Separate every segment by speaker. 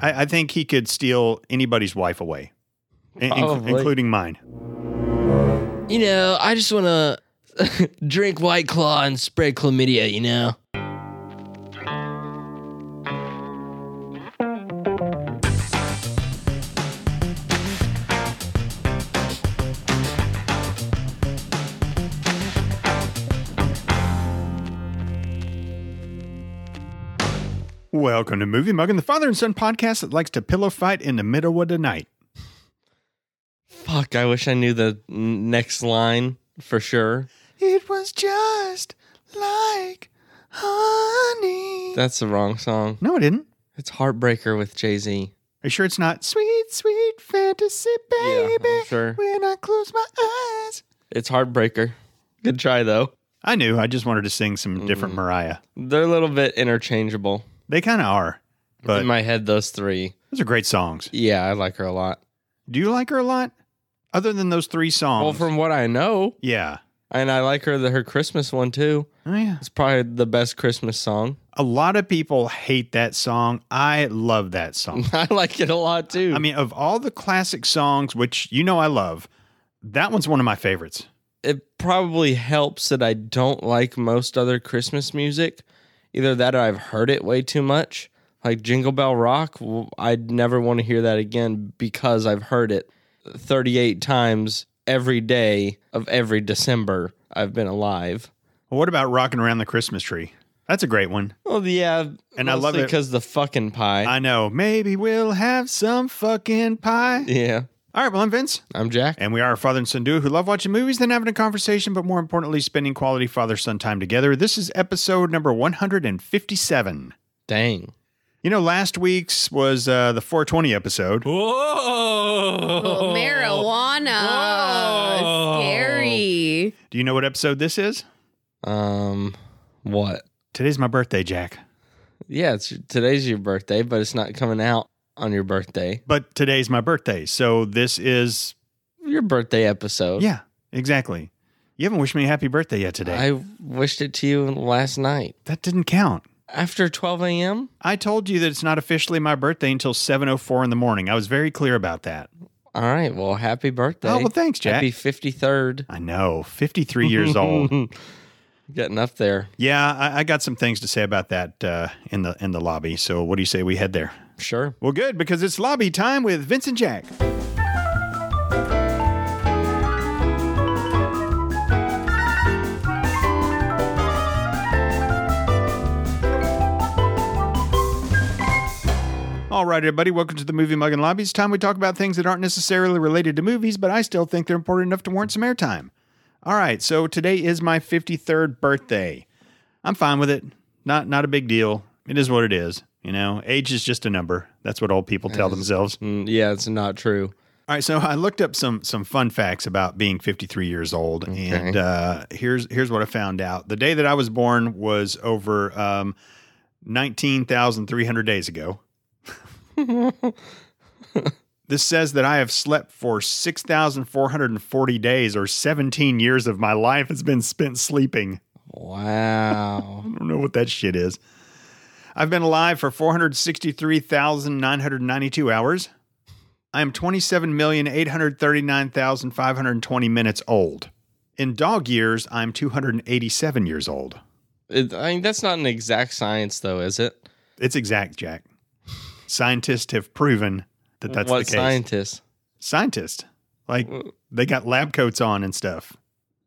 Speaker 1: I, I think he could steal anybody's wife away, in- in-
Speaker 2: Probably.
Speaker 1: including mine.
Speaker 2: You know, I just want to drink White Claw and spread chlamydia, you know?
Speaker 1: Welcome to Movie Mugging, the father and son podcast that likes to pillow fight in the middle of the night.
Speaker 2: Fuck, I wish I knew the n- next line for sure.
Speaker 1: It was just like honey.
Speaker 2: That's the wrong song.
Speaker 1: no, it didn't.
Speaker 2: It's Heartbreaker with Jay Z.
Speaker 1: Are you sure it's not sweet, sweet fantasy,
Speaker 2: Yeah,
Speaker 1: baby?
Speaker 2: I'm sure.
Speaker 1: When I close my eyes,
Speaker 2: It's Heartbreaker. Good try, though.
Speaker 1: I knew. I just wanted to sing some different
Speaker 2: Mm.
Speaker 1: Mariah.
Speaker 2: They're a little bit interchangeable.
Speaker 1: They kind of are, but
Speaker 2: In my head, those three.
Speaker 1: those are great songs.
Speaker 2: Yeah, I like her a lot.
Speaker 1: Do you like her a lot? Other than those three songs,
Speaker 2: Well, from what I know,
Speaker 1: yeah,
Speaker 2: and I like her the, her Christmas one too.
Speaker 1: oh yeah.
Speaker 2: It's probably the best Christmas song.
Speaker 1: A lot of people hate that song. I love that song.
Speaker 2: I like it a lot too.
Speaker 1: I mean, of all the classic songs, which you know I love, that one's one of my favorites.
Speaker 2: it probably helps that I don't like most other Christmas music. Either that or I've heard it way too much. Like Jingle Bell Rock, w- I'd never want to hear that again because I've heard it 38 times every day of every December I've been alive.
Speaker 1: Well, what about "Rocking Around the Christmas Tree"? That's a great one.
Speaker 2: Well, yeah.
Speaker 1: And I love it-
Speaker 2: because the fucking pie.
Speaker 1: I know. Maybe we'll have some fucking pie.
Speaker 2: yeah.
Speaker 1: All right, well, I'm Vince.
Speaker 2: I'm Jack.
Speaker 1: And we are a father and son duo who love watching movies, then having a conversation, but more importantly, spending quality father son time together. This is episode number 157.
Speaker 2: Dang.
Speaker 1: You know, last week's was uh, the 420 episode.
Speaker 2: Whoa.
Speaker 3: Oh, marijuana.
Speaker 2: Whoa.
Speaker 3: Scary.
Speaker 1: Do you know what episode this is?
Speaker 2: Um, what?
Speaker 1: Today's my birthday, Jack.
Speaker 2: Yeah, it's today's your birthday, but it's not coming out on your birthday.
Speaker 1: But today's my birthday. So this is,
Speaker 2: Your birthday episode.
Speaker 1: yeah, exactly. You haven't wished me a happy birthday yet today.
Speaker 2: I wished it to you last night
Speaker 1: that didn't count.
Speaker 2: after 12 a.m.
Speaker 1: I told you that it's not officially my birthday until 7.04 in the morning. I was very clear about that.
Speaker 2: All right. Well, happy birthday.
Speaker 1: Oh, well, thanks, Jack.
Speaker 2: Happy 53rd.
Speaker 1: I know, 53 years old.
Speaker 2: Getting up there.
Speaker 1: Yeah, I, I got some things to say about that uh, in the in the lobby. So what do you say we head there?
Speaker 2: Sure.
Speaker 1: Well, good because it's lobby time with Vincent Jack. All right, everybody, welcome to the Movie Mug and Lobby. It's time we talk about things that aren't necessarily related to movies, but I still think they're important enough to warrant some airtime. All right, so today is my 53rd birthday. I'm fine with it. Not not a big deal. It is what it is. You know, age is just a number. That's what old people tell themselves.
Speaker 2: Mm, yeah, it's not true.
Speaker 1: All right, so I looked up some some fun facts about being 53 years old, and uh, here's here's what I found out. The day that I was born was over um, 19,300 days ago. this says that I have slept for 6,440 days, or 17 years of my life has been spent sleeping.
Speaker 2: Wow.
Speaker 1: I don't know what that shit is. I've been alive for 463,992 hours. I am 27,839,520 minutes old. In dog years, I'm 287 years old.
Speaker 2: it, I mean, that's not an exact science, though, is it?
Speaker 1: It's exact, Jack. Scientists have proven that that's
Speaker 2: what
Speaker 1: the case.
Speaker 2: scientist?
Speaker 1: Scientists. Like, they got lab coats on and stuff.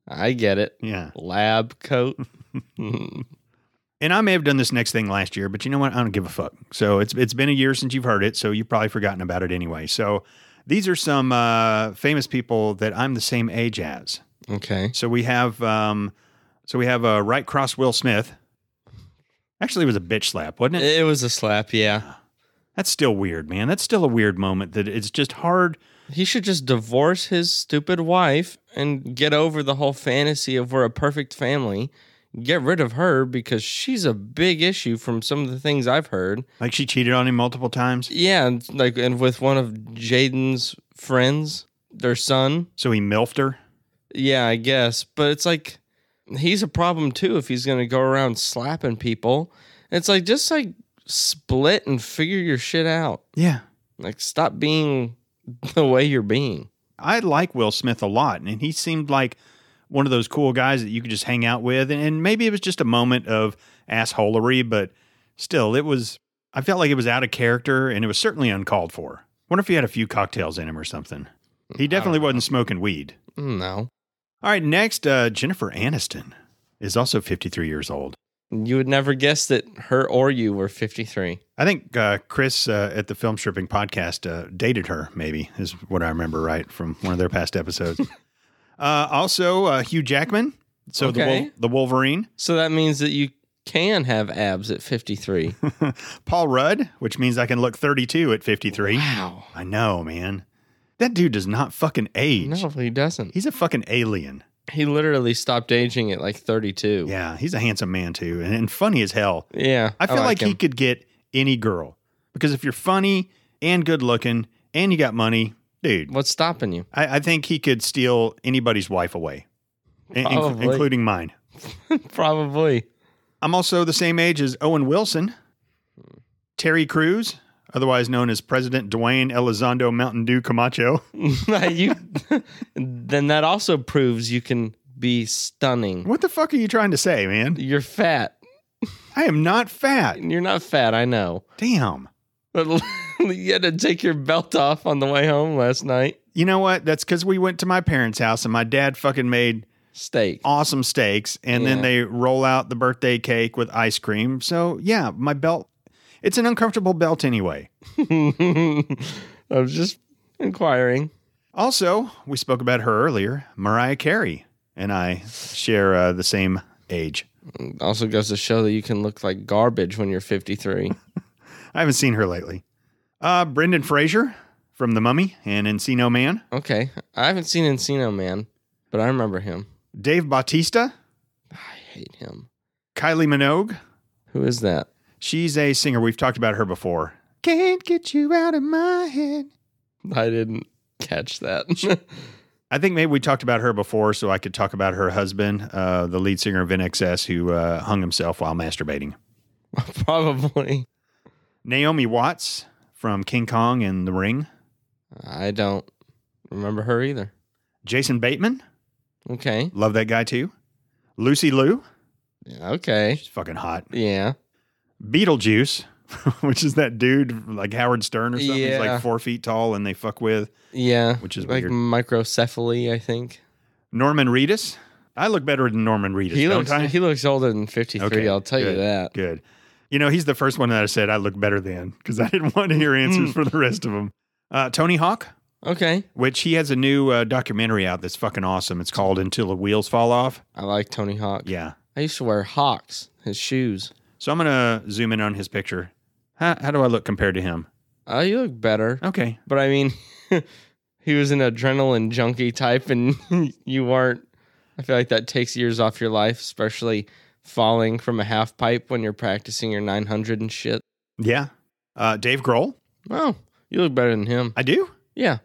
Speaker 2: I get it.
Speaker 1: Yeah.
Speaker 2: Lab coat. Mm.
Speaker 1: And I may have done this next thing last year, but you know what? I don't give a fuck. So it's it's been a year since you've heard it, so you've probably forgotten about it anyway. So these are some uh, famous people that I'm the same age as.
Speaker 2: okay.
Speaker 1: So we have um, so we have uh, right cross Will Smith. Actually, it was a bitch slap, wasn't it?
Speaker 2: It was a slap, yeah.
Speaker 1: That's still weird, man. That's still a weird moment. That it's just hard.
Speaker 2: He should just divorce his stupid wife and get over the whole fantasy of we're a perfect family. Get rid of her because she's a big issue from some of the things I've heard.
Speaker 1: Like she cheated on him multiple times,
Speaker 2: Yeah, and like and with one of Jaden's friends, their son.
Speaker 1: so he milfed her.
Speaker 2: Yeah, I guess, but it's like he's a problem too if he's going to go around slapping people. It's like just like split and figure your shit out.
Speaker 1: Yeah.
Speaker 2: Like stop being the way you're being.
Speaker 1: I like Will Smith a lot, and he seemed like one of those cool guys that you could just hang out with. And, and maybe it was just a moment of assholery, but still, it was. I felt like it was out of character, and it was certainly uncalled for. Wonder if he had a few cocktails in him or something. He definitely wasn't smoking weed.
Speaker 2: Mm, No.
Speaker 1: All right, next, uh, Jennifer Aniston is also 53 years old.
Speaker 2: You would never guess that her or you were 53.
Speaker 1: I think uh, Chris uh, at the Film Stripping podcast uh, dated her, maybe, is what I remember right from one of their past episodes. uh, also, uh, Hugh Jackman. So the,
Speaker 2: Okay.
Speaker 1: Wol- the Wolverine.
Speaker 2: So that means that you can have abs at 53.
Speaker 1: Paul Rudd, which means I can look 32 at 53.
Speaker 2: wow.
Speaker 1: I know, man. That dude does not fucking age.
Speaker 2: No, he doesn't.
Speaker 1: He's a fucking alien.
Speaker 2: He literally stopped aging at like 32.
Speaker 1: Yeah, he's a handsome man, too, and, and funny as hell.
Speaker 2: Yeah,
Speaker 1: I feel like,
Speaker 2: him.
Speaker 1: he could get any girl because if you're funny and good looking and you got money, dude,
Speaker 2: What's stopping you?
Speaker 1: I, I think he could steal anybody's wife away, in- in-
Speaker 2: Probably.
Speaker 1: including mine.
Speaker 2: Probably.
Speaker 1: I'm also the same age as Owen Wilson, Terry Crews, otherwise known as President Dwayne Elizondo Mountain Dew Camacho.
Speaker 2: you then that also proves you can be stunning.
Speaker 1: What the fuck are you trying to say, man?
Speaker 2: You're fat.
Speaker 1: I am not fat.
Speaker 2: You're not fat, I know.
Speaker 1: Damn.
Speaker 2: But you had to take your belt off on the way home last night.
Speaker 1: You know what? That's because we went to my parents' house and my dad fucking made
Speaker 2: Steak.
Speaker 1: awesome steaks and then
Speaker 2: Yeah.
Speaker 1: they roll out the birthday cake with ice cream. So, yeah, my belt, it's an uncomfortable belt anyway.
Speaker 2: I was just inquiring.
Speaker 1: Also, we spoke about her earlier, Mariah Carey, and I share uh, the same age.
Speaker 2: Also goes to show that you can look like garbage when you're 53.
Speaker 1: I haven't seen her lately. Uh, Brendan Fraser from The Mummy and Encino Man,
Speaker 2: okay. I haven't seen Encino Man, but I remember him.
Speaker 1: Dave Bautista,
Speaker 2: I hate him.
Speaker 1: Kylie Minogue.
Speaker 2: Who is that?
Speaker 1: She's a singer. We've talked about her before. Can't get you out of my head.
Speaker 2: I didn't catch that.
Speaker 1: I think maybe we talked about her before, so I could talk about her husband, uh, the lead singer of NXS, who uh, hung himself while masturbating.
Speaker 2: Probably.
Speaker 1: Naomi Watts from King Kong and The Ring.
Speaker 2: I don't remember her either.
Speaker 1: Jason Bateman.
Speaker 2: Okay.
Speaker 1: Love that guy too. Lucy Liu.
Speaker 2: Okay.
Speaker 1: She's fucking hot.
Speaker 2: Yeah.
Speaker 1: Beetlejuice, which is that dude like Howard Stern or something. He's
Speaker 2: Yeah.
Speaker 1: like four feet tall and they fuck with.
Speaker 2: Yeah.
Speaker 1: Which is
Speaker 2: like
Speaker 1: weird.
Speaker 2: microcephaly, I think.
Speaker 1: Norman Reedus. I look better than Norman Reedus,
Speaker 2: He
Speaker 1: don't
Speaker 2: looks
Speaker 1: I?
Speaker 2: he looks older than 53,
Speaker 1: Okay,
Speaker 2: I'll tell you
Speaker 1: good,
Speaker 2: that.
Speaker 1: Good. You know, he's the first one that I said I look better than because I didn't want to hear answers
Speaker 2: Hmm.
Speaker 1: for the rest of them. Uh, Tony Hawk,
Speaker 2: Okay.
Speaker 1: which he has a new uh, documentary out that's fucking awesome. It's called Until the Wheels Fall Off.
Speaker 2: I like Tony Hawk.
Speaker 1: Yeah.
Speaker 2: I used to wear Hawks, his shoes.
Speaker 1: So I'm going to zoom in on his picture. How, how do I look compared to him?
Speaker 2: Oh, you look better.
Speaker 1: Okay.
Speaker 2: But I mean, he was an adrenaline junkie type, and you weren't. I feel like that takes years off your life, especially falling from a half pipe when you're practicing your 900 and shit.
Speaker 1: Yeah. Uh, Dave Grohl.
Speaker 2: Oh, you look better than him.
Speaker 1: I do.
Speaker 2: Yeah.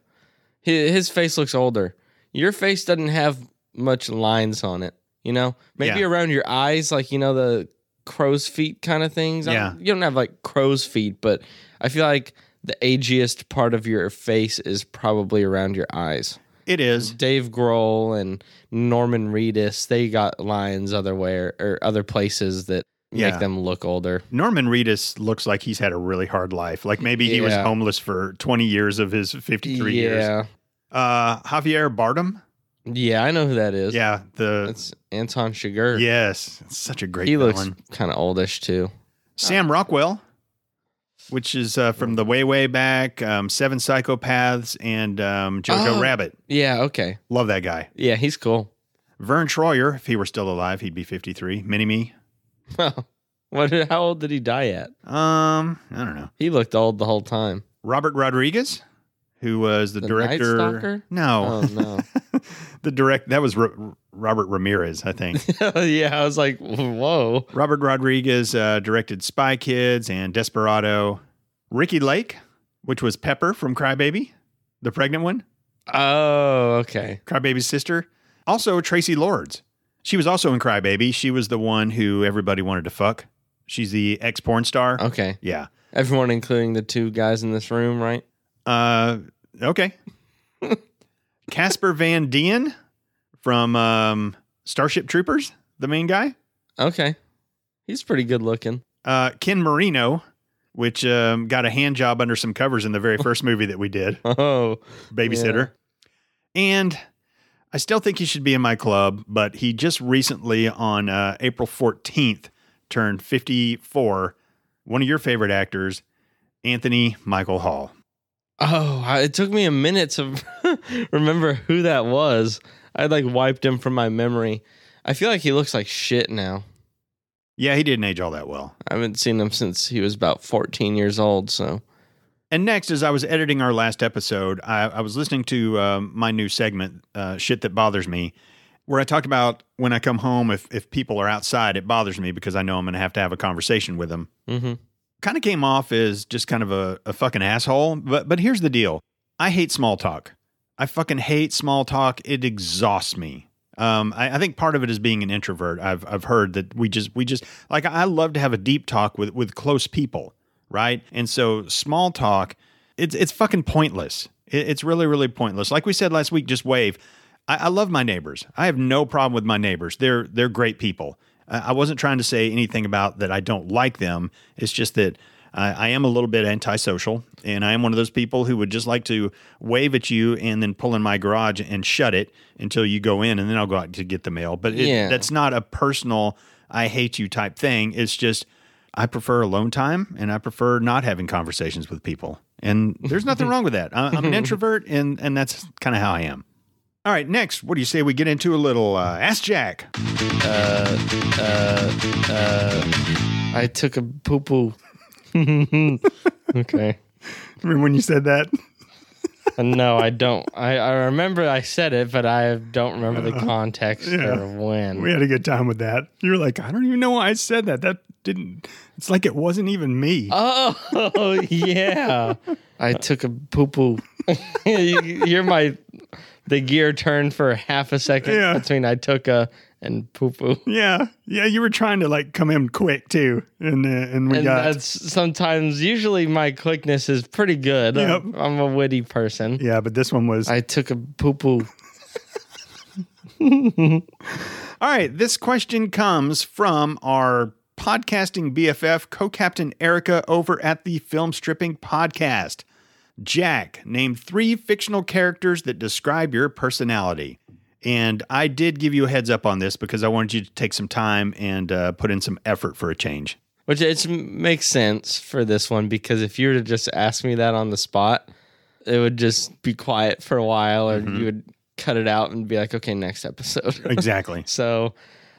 Speaker 2: His, his face looks older. Your face doesn't have much lines on it, you know? Maybe
Speaker 1: Yeah.
Speaker 2: around your eyes, like, you know, the crow's feet kind of things. I don't-
Speaker 1: Yeah.
Speaker 2: You don't have like crow's feet, but I feel like the ageiest part of your face is probably around your eyes.
Speaker 1: It is.
Speaker 2: Dave Grohl and Norman Reedus, they got lines other where or other places that
Speaker 1: Yeah.
Speaker 2: make them look older.
Speaker 1: Norman Reedus looks like he's had a really hard life. Like maybe he was
Speaker 2: Yeah.
Speaker 1: homeless for 20 years of his 53
Speaker 2: yeah.
Speaker 1: years. Uh, Javier Bardem.
Speaker 2: Yeah, I know who that is.
Speaker 1: Yeah. The
Speaker 2: That's Anton Chigurh.
Speaker 1: Yes, it's such a great
Speaker 2: he looks
Speaker 1: villain.
Speaker 2: kind of oldish too.
Speaker 1: Sam Rockwell, which is uh, from the way way back, um, Seven Psychopaths and um, Jojo
Speaker 2: Oh.
Speaker 1: Rabbit.
Speaker 2: Yeah, okay.
Speaker 1: Love that guy.
Speaker 2: Yeah, he's cool.
Speaker 1: Vern Troyer, if he were still alive, he'd be fifty three. Mini me.
Speaker 2: what? How old did he die at?
Speaker 1: Um, I don't know.
Speaker 2: He looked old the whole time.
Speaker 1: Robert Rodriguez, who was the,
Speaker 2: The Night
Speaker 1: director.
Speaker 2: Stalker? Oh,
Speaker 1: No,
Speaker 2: no.
Speaker 1: the direct that was Ro- Robert Ramirez, I think.
Speaker 2: yeah, I was like, whoa.
Speaker 1: Robert Rodriguez uh, directed Spy Kids and Desperado. Ricky Lake, which was Pepper from Crybaby, the pregnant one.
Speaker 2: Oh, okay.
Speaker 1: Crybaby's sister. Also, Tracy Lords. She was also in Crybaby. She was the one who everybody wanted to fuck. She's the ex porn star.
Speaker 2: Okay.
Speaker 1: Yeah.
Speaker 2: Everyone, including the two guys in this room, right?
Speaker 1: Uh, okay. Casper Van Dien from um, Starship Troopers, the main guy.
Speaker 2: Okay. He's pretty good looking.
Speaker 1: Uh, Ken Marino, which um, got a hand job under some covers in the very first movie that we did,
Speaker 2: Oh,
Speaker 1: Babysitter. And I still think he should be in my club, but he just recently on uh, April 14th turned 54. One of your favorite actors, Anthony Michael Hall.
Speaker 2: Oh, I, it took me a minute to remember who that was. I like wiped him from my memory. I feel like he looks like shit now.
Speaker 1: Yeah, he didn't age all that well.
Speaker 2: I haven't seen him since he was about 14 years old. So,
Speaker 1: And next, as I was editing our last episode, I, I was listening to um, my new segment, uh, "Shit That Bothers Me," where I talked about when I come home, if if people are outside, it bothers me because I know I'm going to have to have a conversation with them.
Speaker 2: mm-hmm.
Speaker 1: Kind of came off as just kind of a, a fucking asshole, but but here's the deal: I hate small talk. I fucking hate small talk. It exhausts me. Um, I, I think part of it is being an introvert. I've I've heard that we just we just like I love to have a deep talk with with close people, right? And so small talk, it's it's fucking pointless. It, it's really really pointless. Like we said last week, just wave. I, I love my neighbors. I have no problem with my neighbors. They're they're great people. Uh, I wasn't trying to say anything about that. I don't like them. It's just that I, I am a little bit antisocial, and I am one of those people who would just like to wave at you and then pull in my garage and shut it until you go in, and then I'll go out to get the mail. But it,
Speaker 2: Yeah.
Speaker 1: that's not a personal "I hate you" type thing. It's just I prefer alone time, and I prefer not having conversations with people. And there's nothing wrong with that. I, I'm an introvert, and and that's kind of how I am. All right, next, what do you say we get into a little uh, Ask Jack?
Speaker 2: I took a poo poo. okay. Uh,
Speaker 1: Remember when you said that?
Speaker 2: No, I don't. I, I remember I said it, but I don't remember the context
Speaker 1: yeah.
Speaker 2: or when.
Speaker 1: We had a good time with that. You were like, I don't even know why I said that. That didn't, it's like it wasn't even me.
Speaker 2: Oh yeah, I took a poo poo. You're my the gear turned for half a second
Speaker 1: Yeah.
Speaker 2: between I took a and poo poo.
Speaker 1: yeah. Yeah. You were trying to like come in quick too. And, uh, and we
Speaker 2: And
Speaker 1: got,
Speaker 2: that's sometimes usually my quickness is pretty good.
Speaker 1: Yep.
Speaker 2: I'm, I'm a witty person.
Speaker 1: yeah, but this one was.
Speaker 2: I took a poo poo.
Speaker 1: All right. This question comes from our podcasting BFF co captain Erica over at the Film Stripping Podcast. Jack, name three fictional characters that describe your personality. And I did give you a heads up on this because I wanted you to take some time and uh, put in some effort for a change.
Speaker 2: Which it makes sense for this one because if you were to just ask me that on the spot, it would just be quiet for a while, or you would cut it out and be like, "Okay, next episode."
Speaker 1: Exactly.
Speaker 2: So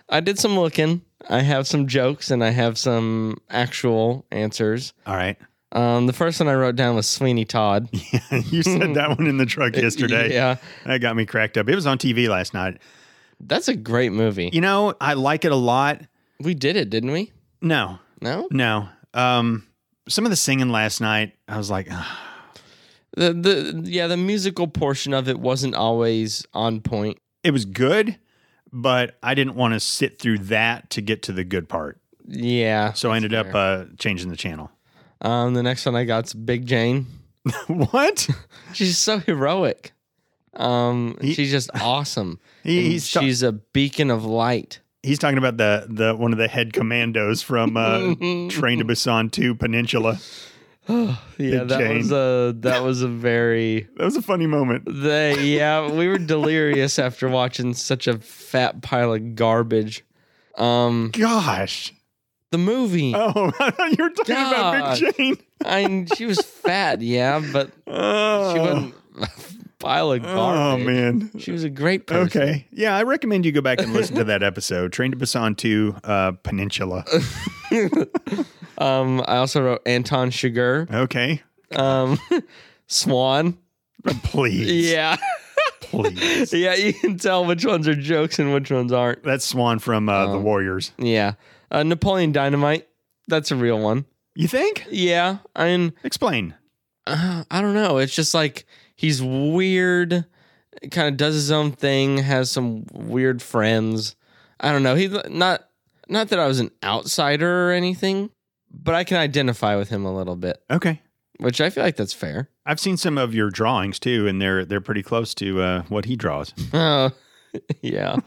Speaker 2: I did some looking. I have some jokes and I have some actual answers.
Speaker 1: All right.
Speaker 2: Um, the first one I wrote down was Sweeney Todd.
Speaker 1: you said that one in the truck yesterday.
Speaker 2: Yeah.
Speaker 1: That got me cracked up. It was on TV last night.
Speaker 2: That's a great movie.
Speaker 1: You know, I like it a lot.
Speaker 2: We did it, didn't we?
Speaker 1: No,
Speaker 2: No?
Speaker 1: no. Um, some of the singing last night, I was like, "Ugh."
Speaker 2: The the yeah, the musical portion of it wasn't always on point.
Speaker 1: it was good, but I didn't want to sit through that to get to the good part.
Speaker 2: Yeah.
Speaker 1: So I ended up uh, changing the channel.
Speaker 2: Um, the next one I got's Big Jane.
Speaker 1: what?
Speaker 2: She's so heroic. Um, she's just awesome.
Speaker 1: He-
Speaker 2: And
Speaker 1: he's ta-
Speaker 2: she's a beacon of light.
Speaker 1: He's talking about the the one of the head commandos from uh, Train to Busan Two Peninsula.
Speaker 2: Yeah,
Speaker 1: Big
Speaker 2: that
Speaker 1: Jane.
Speaker 2: was a that was a very
Speaker 1: That was a funny moment.
Speaker 2: They, yeah, we were delirious after watching such a fat pile of garbage. Um,
Speaker 1: Gosh.
Speaker 2: the movie,
Speaker 1: Oh, I thought you were talking about Big
Speaker 2: God.
Speaker 1: Jane.
Speaker 2: I mean, she was fat, yeah, but
Speaker 1: Oh,
Speaker 2: she wasn't a pile of
Speaker 1: oh
Speaker 2: garbage.
Speaker 1: man.
Speaker 2: she was a great person.
Speaker 1: Okay. Yeah, I recommend you go back and listen to that episode, Train to Busan 2 uh, Peninsula.
Speaker 2: Um, I also wrote Anton Chigurh,
Speaker 1: Okay.
Speaker 2: um, Swan.
Speaker 1: Please.
Speaker 2: Yeah,
Speaker 1: Please.
Speaker 2: yeah, you can tell which ones are jokes and which ones aren't.
Speaker 1: That's Swan from uh,
Speaker 2: Uh-huh.
Speaker 1: The Warriors.
Speaker 2: Yeah, uh, Napoleon Dynamite. That's a real one.
Speaker 1: You think?
Speaker 2: Yeah, I mean.
Speaker 1: Explain.
Speaker 2: uh, I don't know. It's just like he's weird, kind of does his own thing, has some weird friends. I don't know. He's not not that I was an outsider or anything, but I can identify with him a little bit,
Speaker 1: Okay.
Speaker 2: which I feel like that's fair.
Speaker 1: I've seen some of your drawings too, and they're they're pretty close to uh, what he draws.
Speaker 2: Oh, yeah.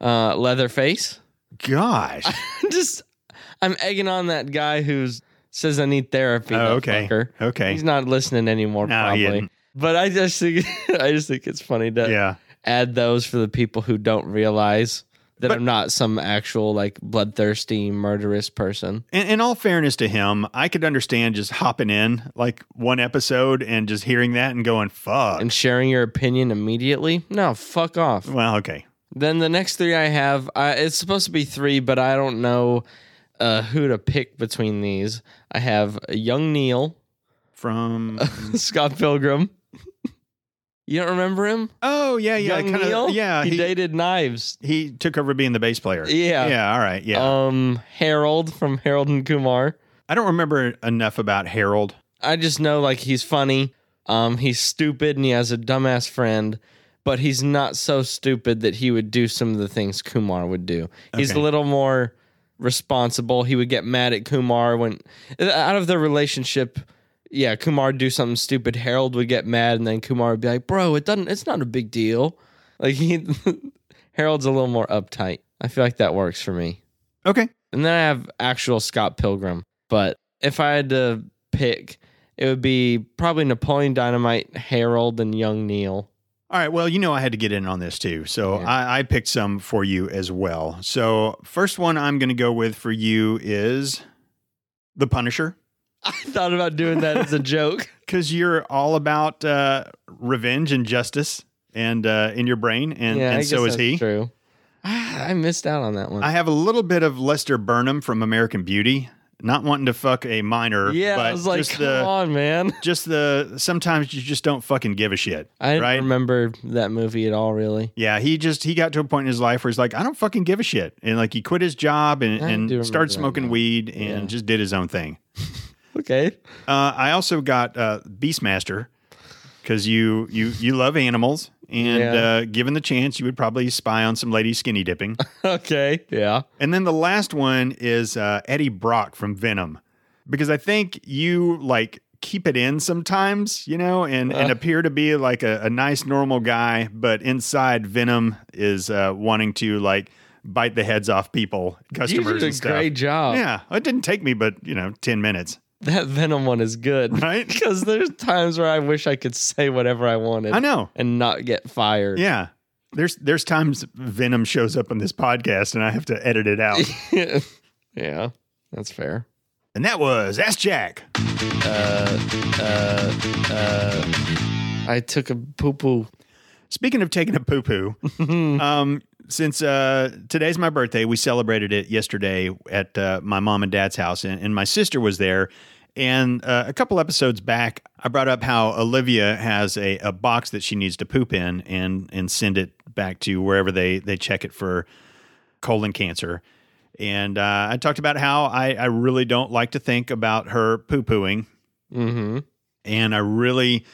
Speaker 2: Uh, Leatherface.
Speaker 1: Gosh.
Speaker 2: Just, I'm egging on that guy who's says I need therapy.
Speaker 1: Oh,
Speaker 2: that
Speaker 1: okay.
Speaker 2: fucker.
Speaker 1: Okay.
Speaker 2: He's not listening anymore,
Speaker 1: No, he
Speaker 2: probably.
Speaker 1: isn't.
Speaker 2: But I just think I just think it's funny to
Speaker 1: yeah.
Speaker 2: add those for the people who don't realize that
Speaker 1: But-
Speaker 2: I'm not some actual like bloodthirsty murderous person.
Speaker 1: In, in all fairness to him, I could understand just hopping in like one episode and just hearing that and going, fuck.
Speaker 2: And sharing your opinion immediately? No, fuck off.
Speaker 1: well, okay.
Speaker 2: Then the next three I have, I, it's supposed to be three, but I don't know uh, who to pick between these. I have Young Neil,
Speaker 1: From
Speaker 2: Scott Pilgrim. you don't remember him?
Speaker 1: oh yeah yeah
Speaker 2: Young
Speaker 1: kinda-
Speaker 2: Neil?
Speaker 1: yeah
Speaker 2: He,
Speaker 1: he,
Speaker 2: dated Knives.
Speaker 1: he took over being the bass player
Speaker 2: Yeah.
Speaker 1: yeah all right yeah
Speaker 2: Um, Harold from Harold and Kumar.
Speaker 1: I don't remember enough about Harold
Speaker 2: I just know like he's funny. Um, he's stupid and he has a dumbass friend, but he's not so stupid that he would do some of the things Kumar would do. He's a
Speaker 1: Okay.
Speaker 2: little more responsible. He would get mad at Kumar when uh, out of their relationship. Yeah, Kumar would do something stupid. Harold would get mad, and then Kumar would be like, "Bro, it doesn't. It's not a big deal." Like he, Harold's a little more uptight. I feel like that works for me.
Speaker 1: okay
Speaker 2: And then I have actual Scott Pilgrim. But if I had to pick, it would be probably Napoleon Dynamite, Harold, and Young Neil.
Speaker 1: All right. Well, you know, I had to get in on this too. So
Speaker 2: Oh, Yeah.
Speaker 1: I, I picked some for you as well. So, first one I'm going to go with for you is The Punisher,
Speaker 2: I thought about doing that as a joke.
Speaker 1: because you're all about uh, revenge and justice and uh, in your brain. And,
Speaker 2: yeah, I
Speaker 1: and
Speaker 2: guess
Speaker 1: so is
Speaker 2: that's
Speaker 1: he.
Speaker 2: True. Ah, I missed out on that one.
Speaker 1: I have a little bit of Lester Burnham from American Beauty, not wanting to fuck a minor.
Speaker 2: yeah,
Speaker 1: but
Speaker 2: I was like,
Speaker 1: just
Speaker 2: come
Speaker 1: the,
Speaker 2: on, man.
Speaker 1: just the, sometimes you just don't fucking give a shit.
Speaker 2: I didn't
Speaker 1: right?
Speaker 2: remember that movie at all, really.
Speaker 1: Yeah, he just he got to a point in his life where he's like, I don't fucking give a shit, and like he quit his job and,
Speaker 2: I do
Speaker 1: and
Speaker 2: remember
Speaker 1: started
Speaker 2: that
Speaker 1: smoking
Speaker 2: now.
Speaker 1: weed and
Speaker 2: Yeah.
Speaker 1: just did his own thing.
Speaker 2: Okay.
Speaker 1: Uh, I also got uh, Beastmaster because you you you love animals, and
Speaker 2: Yeah.
Speaker 1: uh, given the chance, you would probably spy on some lady skinny dipping.
Speaker 2: Okay. Yeah.
Speaker 1: and then the last one is uh, Eddie Brock from Venom, because I think you like keep it in sometimes, you know, and, and
Speaker 2: Uh.
Speaker 1: appear to be like a, a nice normal guy, but inside Venom is uh, wanting to like bite the heads off people,
Speaker 2: You
Speaker 1: customers
Speaker 2: did
Speaker 1: and
Speaker 2: a
Speaker 1: stuff.
Speaker 2: great job.
Speaker 1: Yeah, it didn't take me but you know ten minutes,
Speaker 2: That Venom one is good.
Speaker 1: right?
Speaker 2: Because there's times where I wish I could say whatever I wanted
Speaker 1: I know.
Speaker 2: and not get fired.
Speaker 1: Yeah. There's there's times Venom shows up on this podcast and I have to edit it out.
Speaker 2: yeah, that's fair.
Speaker 1: and that was Ask Jack.
Speaker 2: I took a poo poo.
Speaker 1: Speaking of taking a poo poo, um, since uh, today's my birthday, we celebrated it yesterday at uh, my mom and dad's house, and, and my sister was there. And uh, a couple episodes back, I brought up how Olivia has a, a box that she needs to poop in and and send it back to wherever they they check it for colon cancer. And uh, I talked about how I, I really don't like to think about her poo pooing
Speaker 2: Mm-hmm.
Speaker 1: and I really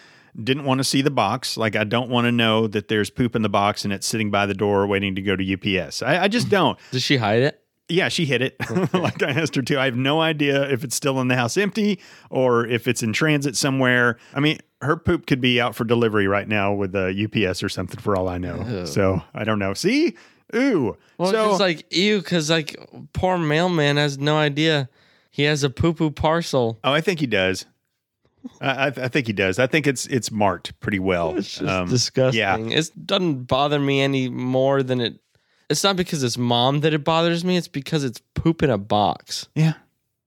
Speaker 1: didn't want to see the box. Like I don't want to know that there's poop in the box and it's sitting by the door waiting to go to UPS. I, I just don't.
Speaker 2: Did she hide it?
Speaker 1: Yeah, she hid it. like I asked her to. I have no idea if it's still in the house empty or if it's in transit somewhere. I mean, her poop could be out for delivery right now with a UPS or something for all I know.
Speaker 2: Ew.
Speaker 1: So I don't know. See? Ooh.
Speaker 2: Well,
Speaker 1: so
Speaker 2: it's just like ew, because like poor mailman has no idea he has a poo poo parcel.
Speaker 1: Oh, I think he does. I, I, I think he does. I think it's it's marked pretty well.
Speaker 2: It's just
Speaker 1: Um,
Speaker 2: disgusting.
Speaker 1: yeah.
Speaker 2: It doesn't bother me any more than it. It's not because it's mom that it bothers me. It's because it's poop in a box.
Speaker 1: yeah.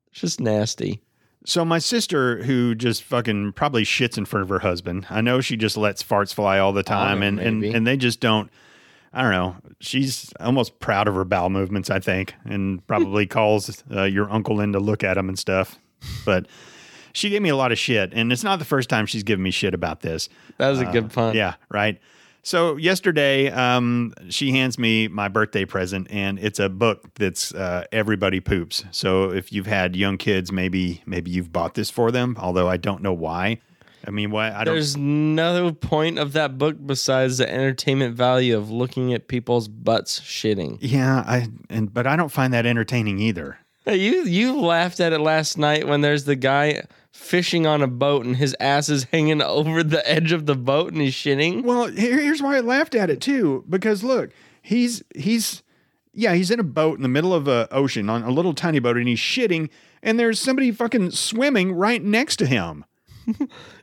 Speaker 2: It's just nasty.
Speaker 1: So my sister, who just fucking probably shits in front of her husband, I know she just lets farts fly all the time,
Speaker 2: yeah,
Speaker 1: and, and
Speaker 2: maybe.
Speaker 1: and they just don't. I don't know. She's almost proud of her bowel movements, I think, and probably calls uh, your uncle in to look at them and stuff. But she gave me a lot of shit, and it's not the first time she's given me shit about this.
Speaker 2: That was a good pun.
Speaker 1: Uh, Yeah, right. So yesterday, um, she hands me my birthday present, and it's a book that's uh, everybody poops. So if you've had young kids, maybe maybe you've bought this for them. Although I don't know why. I mean, why? I don't.
Speaker 2: There's no point of that book besides the entertainment value of looking at people's butts shitting.
Speaker 1: yeah, I and but I don't find that entertaining either.
Speaker 2: You you laughed at it last night when there's the guy fishing on a boat and his ass is hanging over the edge of the boat and he's shitting.
Speaker 1: Well, here, here's why I laughed at it too, because look, he's he's yeah, he's in a boat in the middle of a ocean on a little tiny boat, and he's shitting, and there's somebody fucking swimming right next to him.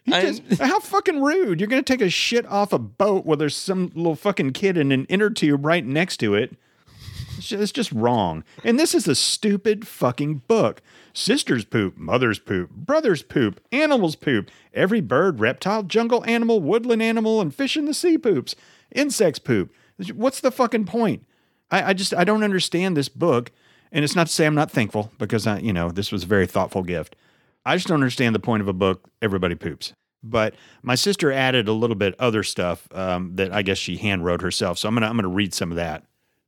Speaker 1: He
Speaker 2: I-
Speaker 1: just- how fucking rude! You're gonna take a shit off a boat where there's some little fucking kid in an inner tube right next to it. It's just, it's just wrong. And this is a stupid fucking book. Sisters poop, mothers poop, brothers poop, animals poop. Every bird, reptile, jungle animal, woodland animal, and fish in the sea poops. Insects poop. What's the fucking point? I, I just I don't understand this book. And it's not to say I'm not thankful because I, you know, this was a very thoughtful gift. I just don't understand the point of a book. Everybody poops. But my sister added a little bit other stuff um, that I guess she hand wrote herself. So I'm gonna I'm gonna read some of that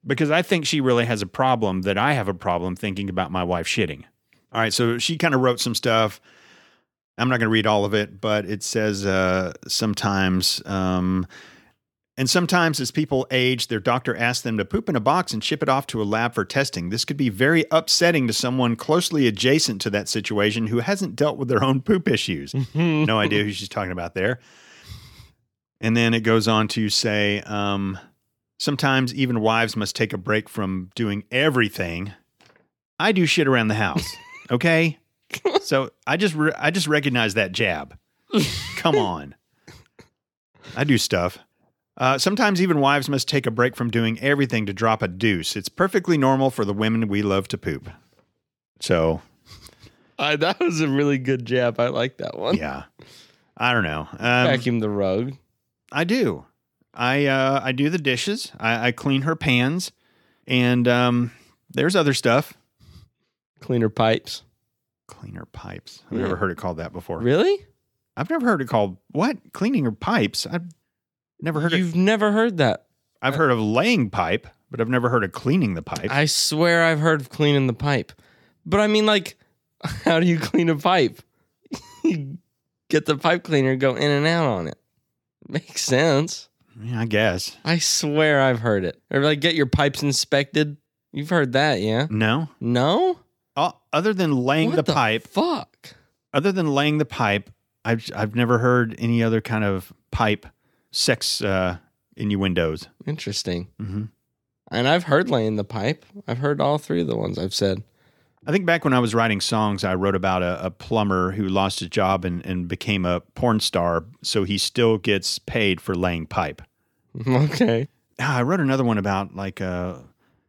Speaker 1: because I think she really has a problem that I have a problem thinking about my wife shitting. All right, so she kind of wrote some stuff. I'm not going to read all of it, but it says uh, sometimes, um, and sometimes as people age, their doctor asks them to poop in a box and ship it off to a lab for testing. This could be very upsetting to someone closely adjacent to that situation who hasn't dealt with their own poop issues. no idea who she's talking about there. And then it goes on to say, um, Sometimes even wives must take a break from doing everything. I do shit around the house, okay? so I just re- I just recognize that jab. Come on, I do stuff. Uh, sometimes even wives must take a break from doing everything to drop a deuce. It's perfectly normal for the women we love to poop. So
Speaker 2: I, that was a really good jab. I like that one.
Speaker 1: yeah, I don't know. Um,
Speaker 2: Vacuum the rug.
Speaker 1: I do. I uh, I do the dishes. I, I clean her pans, and um, there's other stuff.
Speaker 2: Cleaner pipes.
Speaker 1: Cleaner pipes. I've
Speaker 2: Yeah.
Speaker 1: never heard it called that before.
Speaker 2: Really?
Speaker 1: I've never heard it called what? Cleaning her pipes. I've never heard
Speaker 2: You've
Speaker 1: of
Speaker 2: never heard that.
Speaker 1: I've heard of laying pipe, but I've never heard of cleaning the pipe.
Speaker 2: I swear I've heard of cleaning the pipe. But I mean, like, how do you clean a pipe? you get the pipe cleaner, go in and out on it. Makes sense.
Speaker 1: Yeah, I guess.
Speaker 2: I swear I've heard it. Or like, get your pipes inspected. You've heard that, yeah?
Speaker 1: No.
Speaker 2: No?
Speaker 1: Uh, other than laying
Speaker 2: What
Speaker 1: the, pipe,
Speaker 2: Fuck.
Speaker 1: other than laying the pipe, I've I've never heard any other kind of pipe sex uh, innuendos.
Speaker 2: Interesting.
Speaker 1: hmm
Speaker 2: And I've heard laying the pipe. I've heard all three of the ones I've said.
Speaker 1: I think back when I was writing songs, I wrote about a, a plumber who lost his job and, and became a porn star, so he still gets paid for laying pipe.
Speaker 2: okay.
Speaker 1: Ah, I wrote another one about like uh,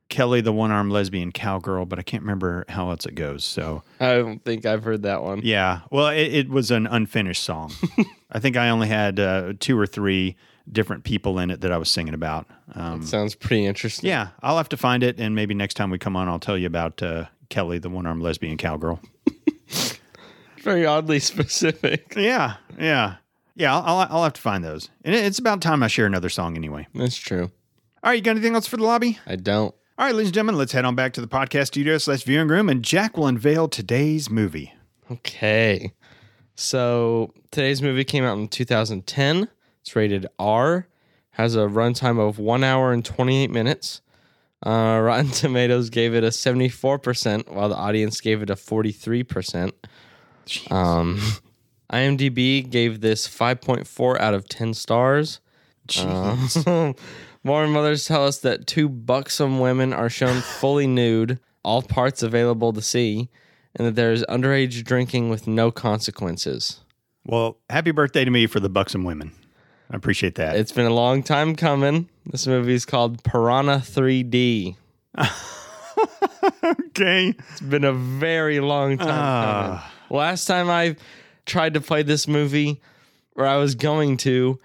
Speaker 1: Kelly, the one armed lesbian cowgirl, but I can't remember how else it goes. So,
Speaker 2: I don't think I've heard that one.
Speaker 1: yeah, well, it, it was an unfinished song. I think I only had uh, two or three different people in it that I was singing about. Um,
Speaker 2: Sounds pretty interesting.
Speaker 1: yeah, I'll have to find it, and maybe next time we come on, I'll tell you about uh, Kelly, the one armed lesbian cowgirl.
Speaker 2: Very oddly specific.
Speaker 1: Yeah, yeah, yeah. I'll, I'll, I'll have to find those, and it, it's about time I share another song anyway.
Speaker 2: That's true.
Speaker 1: All right, you got anything else for the lobby?
Speaker 2: I don't.
Speaker 1: All right, ladies and gentlemen, let's head on back to the podcast studio slash viewing room, and Jack will unveil today's movie.
Speaker 2: Okay. So today's movie came out in 2010. It's rated R, has a runtime of one hour and 28 minutes. Uh, Rotten Tomatoes gave it a 74%, while the audience gave it a 43%. Um, IMDb gave this 5.4 out of 10 stars. Um, Mormon mothers tell us that two buxom women are shown fully nude, all parts available to see, and that there is underage drinking with no consequences.
Speaker 1: Well, happy birthday to me for the buxom women. I appreciate that.
Speaker 2: It's been a long time coming. This movie is called Piranha 3D.
Speaker 1: okay.
Speaker 2: It's been a very long time coming.
Speaker 1: Ah.
Speaker 2: Last time I tried to play this movie, or I was going to,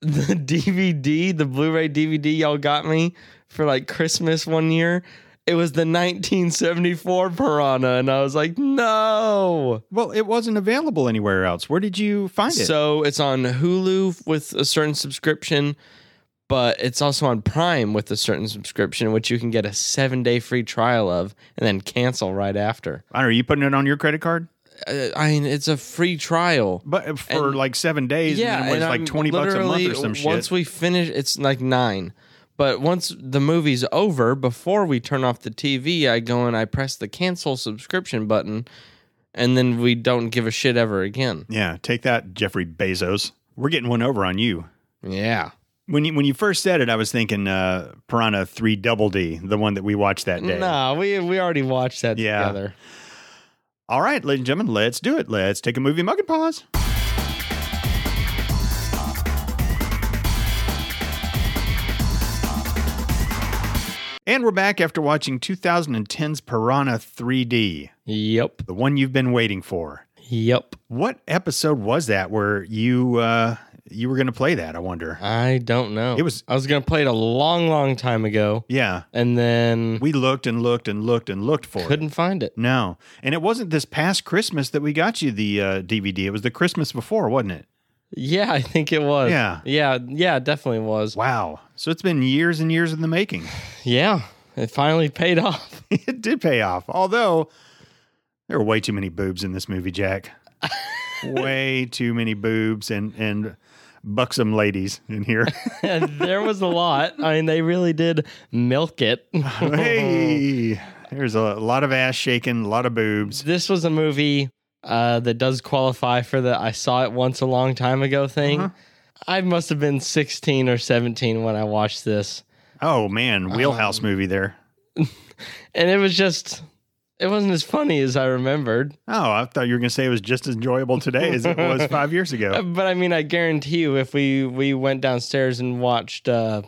Speaker 2: the DVD, the Blu ray DVD y'all got me for like Christmas one year, it was the 1974 Piranha. And I was like, no.
Speaker 1: Well, it wasn't available anywhere else. Where did you find it?
Speaker 2: So it's on Hulu with a certain subscription, but it's also on Prime with a certain subscription, which you can get a seven day free trial of and then cancel right after.
Speaker 1: I don't know. Are you putting it on your credit card?
Speaker 2: uh, I mean, it's a free trial.
Speaker 1: But uh, for
Speaker 2: And-
Speaker 1: like seven days,
Speaker 2: Yeah,
Speaker 1: and then it was
Speaker 2: and
Speaker 1: like
Speaker 2: I'm
Speaker 1: twenty bucks a month or
Speaker 2: literally-
Speaker 1: some shit.
Speaker 2: Once we finish, it's like nine. But once the movie's over, before we turn off the TV, I go and I press the cancel subscription button, and then we don't give a shit ever again.
Speaker 1: yeah, take that, Jeffrey Bezos. We're getting one over on you.
Speaker 2: Yeah.
Speaker 1: When you when you first said it, I was thinking uh, Piranha Three Double D, the one that we watched that day.
Speaker 2: Nah, we we already watched that
Speaker 1: Yeah.
Speaker 2: together.
Speaker 1: All right, ladies and gentlemen, let's do it. Let's take a movie mug and pause. And we're back after watching 2010's Piranha 3D,
Speaker 2: Yep.
Speaker 1: the one you've been waiting for.
Speaker 2: Yep.
Speaker 1: What episode was that where you uh, you were going to play that? I wonder.
Speaker 2: I don't know.
Speaker 1: It was-
Speaker 2: I was gonna play it a long, long time ago,
Speaker 1: Yeah,
Speaker 2: and then
Speaker 1: we looked and looked and looked and looked for it.
Speaker 2: couldn't find it.
Speaker 1: No, and it wasn't this past Christmas that we got you the uh, DVD. It was the Christmas before, wasn't it?
Speaker 2: Yeah, I think it was.
Speaker 1: Yeah.
Speaker 2: Yeah. Yeah. it Definitely was.
Speaker 1: Wow. So it's been years and years in the making.
Speaker 2: Yeah. It finally paid off.
Speaker 1: it did pay off. Although there were way too many boobs in this movie, Jack. way too many boobs and and buxom ladies in here.
Speaker 2: there was a lot. I mean, they really did milk it.
Speaker 1: hey. There's a lot of ass shaking, a lot of boobs.
Speaker 2: this was a movie uh, that does qualify for the I saw it once a long time ago thing.
Speaker 1: Uh-huh.
Speaker 2: I must have been 16 or 17 when I watched this.
Speaker 1: Oh man, wheelhouse movie there.
Speaker 2: And it was just, it wasn't as funny as I remembered.
Speaker 1: Oh, I thought you were going to say it was just as enjoyable today as it was 5 years
Speaker 2: Uh,
Speaker 1: ago.
Speaker 2: But I mean, I guarantee you, if we, we went downstairs and watched uh,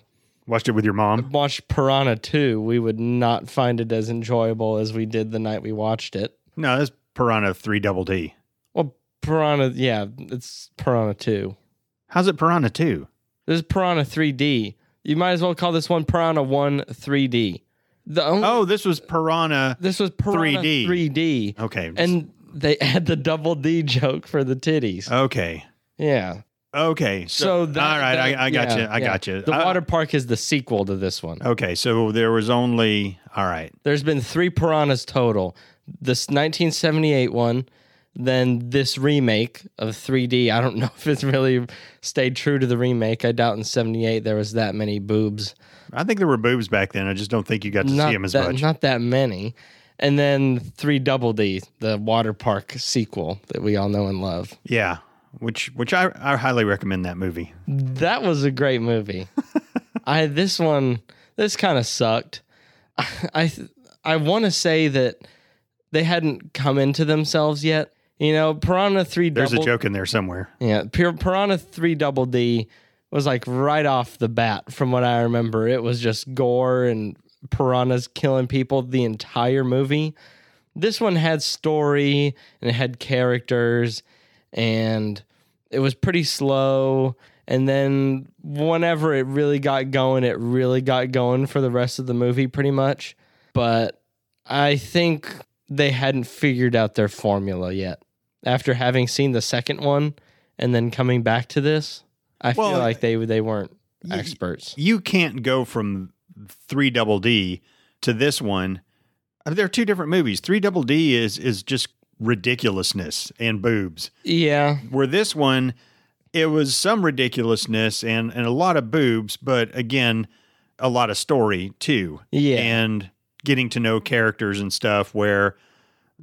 Speaker 1: Watched it with your mom.
Speaker 2: watched Piranha 2, we would not find it as enjoyable as we did the night we watched it.
Speaker 1: No, that's Piranha 3 Double D.
Speaker 2: Well, Piranha, yeah, it's Piranha 2.
Speaker 1: How's it Piranha 2?
Speaker 2: This is Piranha 3D. You might as well call this one Piranha 1 3D. The only,
Speaker 1: Oh, this was Piranha.
Speaker 2: this was Piranha
Speaker 1: 3D.
Speaker 2: 3D.
Speaker 1: Okay.
Speaker 2: And they had the double D joke for the titties.
Speaker 1: Oh. okay.
Speaker 2: yeah.
Speaker 1: Okay. So,
Speaker 2: So that,
Speaker 1: all right,
Speaker 2: that-
Speaker 1: I, I got
Speaker 2: yeah,
Speaker 1: you. I
Speaker 2: yeah.
Speaker 1: got you.
Speaker 2: The
Speaker 1: I- Oh,
Speaker 2: water park is the sequel to this one.
Speaker 1: Okay, so there was only all right.
Speaker 2: There's been three piranhas total. This 1978 one, then this remake of 3D. I don't know if it's really stayed true to the remake. I doubt in 78 there was that many boobs.
Speaker 1: I think there were boobs back then. I just don't think you got to
Speaker 2: not
Speaker 1: see them as
Speaker 2: that,
Speaker 1: much.
Speaker 2: Not that many. And then three double D, the water park sequel that we all know and love.
Speaker 1: yeah, which which I, I highly recommend that movie.
Speaker 2: That was a great movie. I this one this kind of sucked. I th- I want to say that they hadn't come into themselves yet. You know, Piranha three
Speaker 1: There's
Speaker 2: double
Speaker 1: a joke in there somewhere.
Speaker 2: yeah, Pir- Piranha three double D was like right off the bat from what I remember. It was just gore and piranhas killing people the entire movie. This one had story and it had characters and it was pretty slow. And then whenever it really got going, it really got going for the rest of the movie pretty much. But I think they hadn't figured out their formula yet. After having seen the second one and then coming back to this, I
Speaker 1: Well,
Speaker 2: feel like they they weren't
Speaker 1: y-
Speaker 2: experts.
Speaker 1: You can't go from three double D to this one. I mean, They're two different movies. Three double D is is just ridiculousness and boobs.
Speaker 2: Yeah,
Speaker 1: Where this one, it was some ridiculousness and and a lot of boobs, but again, a lot of story too.
Speaker 2: yeah.
Speaker 1: and getting to know characters and stuff where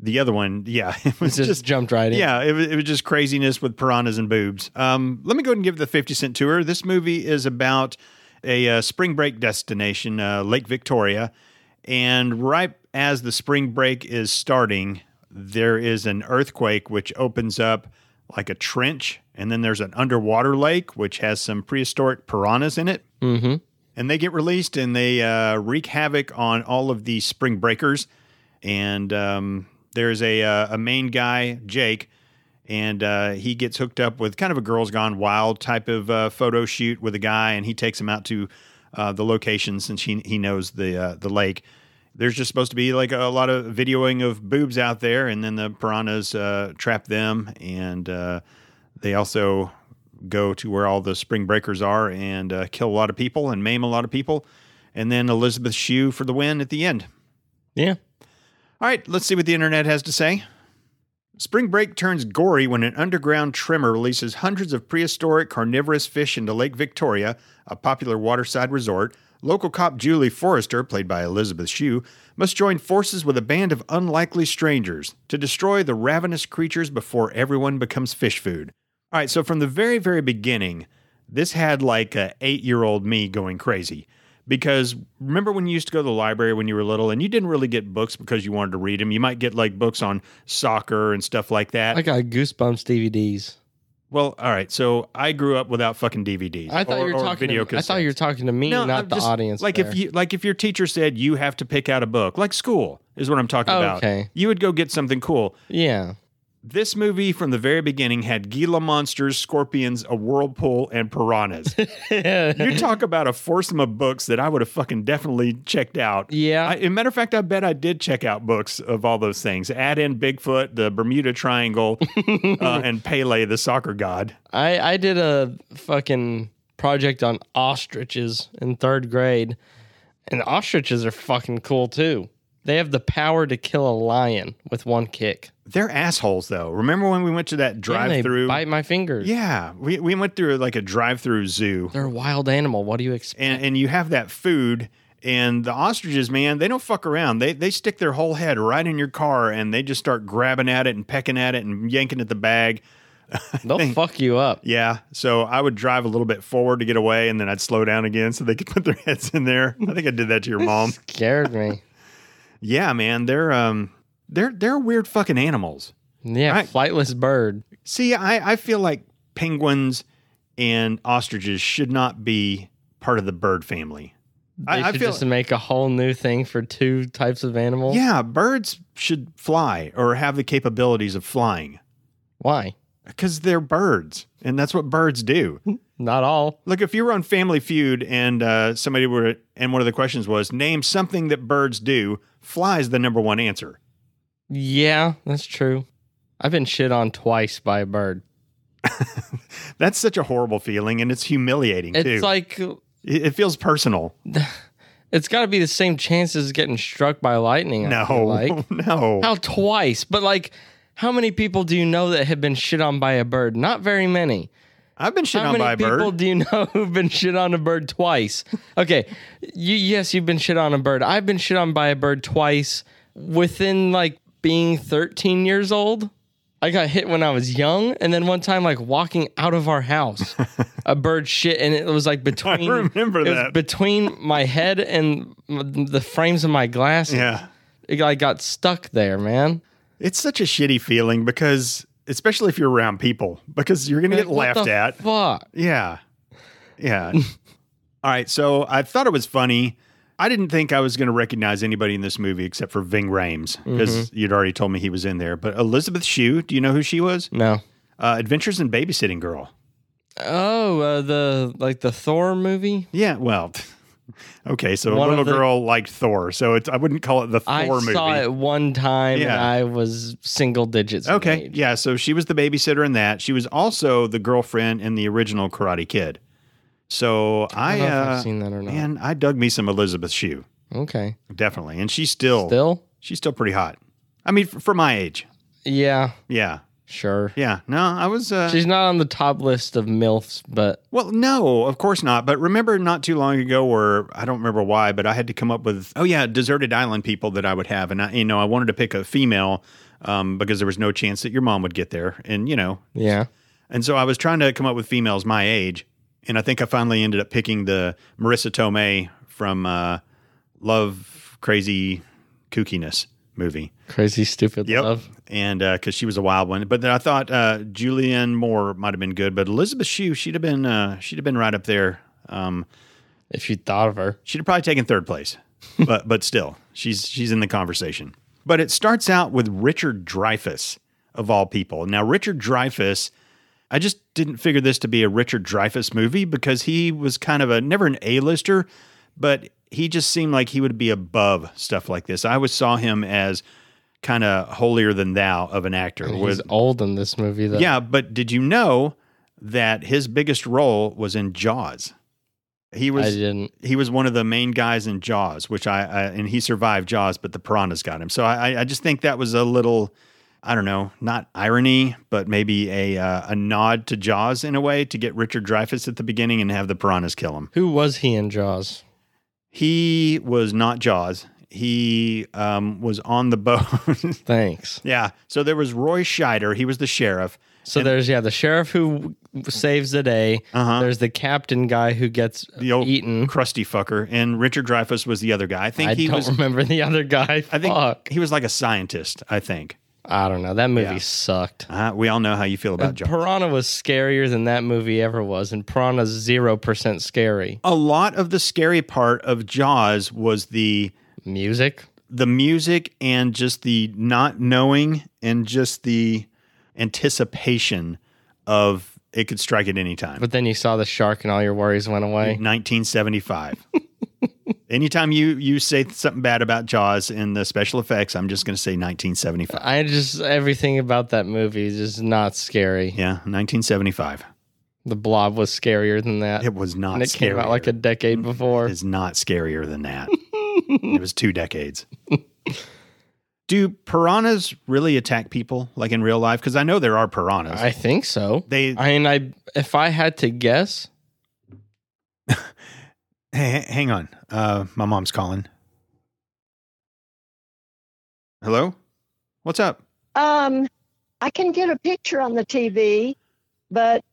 Speaker 1: the other one yeah it was
Speaker 2: just,
Speaker 1: just,
Speaker 2: jumped right in.
Speaker 1: yeah it was, it was just craziness with piranhas and boobs um let me go ahead and give the 50 cent tour this movie is about a uh, spring break destination uh, lake victoria and right as the spring break is starting there is an earthquake which opens up like a trench and then there's an underwater lake which has some prehistoric piranhas in it
Speaker 2: Mm-hmm.
Speaker 1: and they get released and they uh, wreak havoc on all of the spring breakers. And um, there's a uh, a main guy, Jake, and uh, he gets hooked up with kind of a girls gone wild type of uh, photo shoot with a guy, and he takes him out to uh, the location since he he knows the uh, the lake. There's just supposed to be like a lot of videoing of boobs out there, and then the piranhas uh, trap them, and uh, they also go to where all the spring breakers are and uh, kill a lot of people and maim a lot of people. And then Elizabeth Shue for the win at the end.
Speaker 2: Yeah.
Speaker 1: All right, let's see what the internet has to say. Spring break turns gory when an underground trimmer releases hundreds of prehistoric carnivorous fish into Lake Victoria, a popular waterside resort. Local cop Julie Forrester, played by Elizabeth Shue, must join forces with a band of unlikely strangers to destroy the ravenous creatures before everyone becomes fish food. All right, so from the very, very beginning, this had like a eight year old me going crazy. Because remember when you used to go to the library when you were little and you didn't really get books because you wanted to read them? You might get like books on soccer and stuff like that.
Speaker 2: I got goosebumps DVDs.
Speaker 1: well, all right. So I grew up without fucking DVDs.
Speaker 2: I thought
Speaker 1: or-
Speaker 2: you
Speaker 1: or
Speaker 2: were talking.
Speaker 1: video
Speaker 2: To, I thought you were
Speaker 1: cassettes.
Speaker 2: talking to me, not
Speaker 1: I'm
Speaker 2: the
Speaker 1: just-
Speaker 2: audience.
Speaker 1: Like
Speaker 2: there.
Speaker 1: if you like if your teacher said you have to pick out a book, like school is what I'm talking about.
Speaker 2: Okay.
Speaker 1: You would go get something cool.
Speaker 2: yeah,
Speaker 1: This movie from the very beginning had Gila monsters, scorpions, a whirlpool, and piranhas. you talk about a foursome of books that I would have fucking definitely checked out.
Speaker 2: yeah.
Speaker 1: I, a matter of fact, I bet I did check out books of all those things. Add in Bigfoot, the Bermuda Triangle, uh, and Pele, the soccer god.
Speaker 2: I, I did a fucking project on ostriches in third grade, and ostriches are fucking cool too. They have the power to kill a lion with one kick.
Speaker 1: They're assholes, though. Remember when we went to that
Speaker 2: Yeah,
Speaker 1: drive
Speaker 2: they
Speaker 1: through?
Speaker 2: bite my fingers.
Speaker 1: Yeah, we, we went through like a drive through zoo,
Speaker 2: They're a wild animal. What do you expect?
Speaker 1: and, and you have that food. And the ostriches, man, they don't fuck around. They they stick their whole head right in your car, and they just start grabbing at it and pecking at it and yanking at the bag.
Speaker 2: They'll fuck you up.
Speaker 1: Yeah, so I would drive a little bit forward to get away, and then I'd slow down again so they could put their heads in there. I think I did that to your mom.
Speaker 2: Scared me.
Speaker 1: yeah, man, they're um they're they're weird fucking animals.
Speaker 2: Yeah,
Speaker 1: Right.
Speaker 2: flightless bird.
Speaker 1: See, I I feel like penguins and ostriches should not be part of the bird family.
Speaker 2: They
Speaker 1: I, I
Speaker 2: should
Speaker 1: feel
Speaker 2: just make a whole new thing for two types of animals.
Speaker 1: yeah, birds should fly or have the capabilities of flying
Speaker 2: Why?
Speaker 1: because they're birds, and that's what birds do.
Speaker 2: Not all.
Speaker 1: Look, if you were on Family Feud and uh, somebody were, and one of the questions was, name something that birds do, flies the number one answer.
Speaker 2: Yeah, that's true. I've been shit on twice by a bird.
Speaker 1: That's such a horrible feeling, and it's humiliating
Speaker 2: It's
Speaker 1: too.
Speaker 2: like
Speaker 1: it, it feels personal.
Speaker 2: It's got to be the same chance as getting struck by lightning. I feel
Speaker 1: No,
Speaker 2: like
Speaker 1: no.
Speaker 2: how twice, but like how many people do you know that have been shit on by a bird? Not very many.
Speaker 1: I've been shit
Speaker 2: how
Speaker 1: on
Speaker 2: many
Speaker 1: by a
Speaker 2: people
Speaker 1: bird.
Speaker 2: do you know who've been shit on a bird twice? Okay, you yes, you've been shit on a bird. I've been shit on by a bird twice within like being 13 years old. I got hit when I was young, and then one time, like walking out of our house, a bird shit, and it was like between.
Speaker 1: remember
Speaker 2: it was
Speaker 1: that.
Speaker 2: between my head and m- the frames of my glasses.
Speaker 1: yeah,
Speaker 2: It, I got stuck there, man.
Speaker 1: it's such a shitty feeling because, especially if you're around people, because you're gonna get
Speaker 2: What
Speaker 1: laughed
Speaker 2: the
Speaker 1: at.
Speaker 2: Fuck.
Speaker 1: Yeah. Yeah. All right. So I thought it was funny. I didn't think I was going to recognize anybody in this movie except for Ving Rhames because
Speaker 2: Mm-hmm.
Speaker 1: you'd already told me he was in there. But Elizabeth Shue, do you know who she was?
Speaker 2: No.
Speaker 1: Uh, Adventures in Babysitting Girl.
Speaker 2: Oh, uh, the like the Thor movie.
Speaker 1: Yeah. Well, okay. So
Speaker 2: One
Speaker 1: a little
Speaker 2: of the-
Speaker 1: girl liked Thor. So it's, I wouldn't call it the Thor
Speaker 2: I
Speaker 1: movie.
Speaker 2: saw it one time and
Speaker 1: Yeah.
Speaker 2: I was single digits. in
Speaker 1: Okay.
Speaker 2: age.
Speaker 1: Yeah. So she was the babysitter in that. She was also the girlfriend in the original Karate Kid. So
Speaker 2: I
Speaker 1: I,
Speaker 2: don't know if
Speaker 1: uh,
Speaker 2: I've seen that or not.
Speaker 1: man, I dug me some Elizabeth Shue.
Speaker 2: Okay.
Speaker 1: Definitely. And she's
Speaker 2: Still?
Speaker 1: She's still pretty hot. I mean, for, for my age.
Speaker 2: Yeah,
Speaker 1: Yeah.
Speaker 2: sure.
Speaker 1: Yeah. No, I was. Uh,
Speaker 2: She's not on the top list of MILFs, but
Speaker 1: well, no, of course not. But remember not too long ago where I don't remember why, but I had to come up with, oh, yeah, deserted island people that I would have. And I, you know, I wanted to pick a female um, because there was no chance that your mom would get there. And, you know,
Speaker 2: yeah.
Speaker 1: and so I was trying to come up with females my age. And I think I finally ended up picking the Marissa Tomei from uh, Love, Crazy, Kookiness movie.
Speaker 2: Crazy stupid
Speaker 1: Yep.
Speaker 2: love.
Speaker 1: And because she was a wild one, but then I thought uh, Julianne Moore might have been good, but Elizabeth Shue, she'd have been, uh, she'd have been right up there. Um,
Speaker 2: If you thought of her.
Speaker 1: she'd have probably taken third place, but but still, she's she's in the conversation. But it starts out with Richard Dreyfuss of all people. Now Richard Dreyfuss, I just didn't figure this to be a Richard Dreyfuss movie because he was kind of a never an A-lister, but he just seemed like he would be above stuff like this. I always saw him as kind of holier than thou of an actor.
Speaker 2: He's
Speaker 1: With,
Speaker 2: old in this movie though.
Speaker 1: yeah, but did you know that his biggest role was in Jaws? He was
Speaker 2: I didn't.
Speaker 1: he was one of the main guys in Jaws, which I, I and he survived Jaws, but the piranhas got him. So I, I- I just think that was a little I don't know, not irony, but maybe a uh, a nod to Jaws in a way to get Richard Dreyfuss at the beginning and have the piranhas kill him.
Speaker 2: Who was he in Jaws?
Speaker 1: He was not Jaws. He um, was on the boat.
Speaker 2: Thanks.
Speaker 1: yeah. So there was Roy Scheider. He was the sheriff.
Speaker 2: So there's yeah the sheriff who w- saves the day.
Speaker 1: Uh-huh.
Speaker 2: There's the captain guy who gets
Speaker 1: The old
Speaker 2: eaten.
Speaker 1: crusty fucker. And Richard Dreyfuss was the other guy. I think
Speaker 2: Hmm. I
Speaker 1: he
Speaker 2: don't
Speaker 1: was.
Speaker 2: remember the other guy.
Speaker 1: I think
Speaker 2: Fuck.
Speaker 1: he was like a scientist. I think
Speaker 2: I don't know. That movie
Speaker 1: Yeah.
Speaker 2: sucked.
Speaker 1: uh, we all know how you feel about Jaws.
Speaker 2: Piranha was scarier than that movie ever was, and Piranha's zero percent scary.
Speaker 1: a lot of the scary part of Jaws was the
Speaker 2: Music.
Speaker 1: the music and just the not knowing and just the anticipation of it could strike at any time.
Speaker 2: But then you saw the shark and all your worries went
Speaker 1: Mm-hmm.
Speaker 2: away.
Speaker 1: 1975. Anytime you you say something bad about Jaws in the special effects, I'm just going to say 1975.
Speaker 2: I just everything about that movie is just not scary.
Speaker 1: Yeah, 1975.
Speaker 2: The blob was scarier than that.
Speaker 1: It was not
Speaker 2: and it came
Speaker 1: scarier. Mm-hmm.
Speaker 2: out like a decade before.
Speaker 1: is not scarier than that. it was two decades. Do piranhas really attack people like in real life? Because I know there are piranhas.
Speaker 2: I think so.
Speaker 1: they
Speaker 2: I mean, I if I had to guess,
Speaker 1: Hey, h- hang on. Uh, my mom's calling. Hello? What's up?
Speaker 4: Um, I can get a picture on the TV, but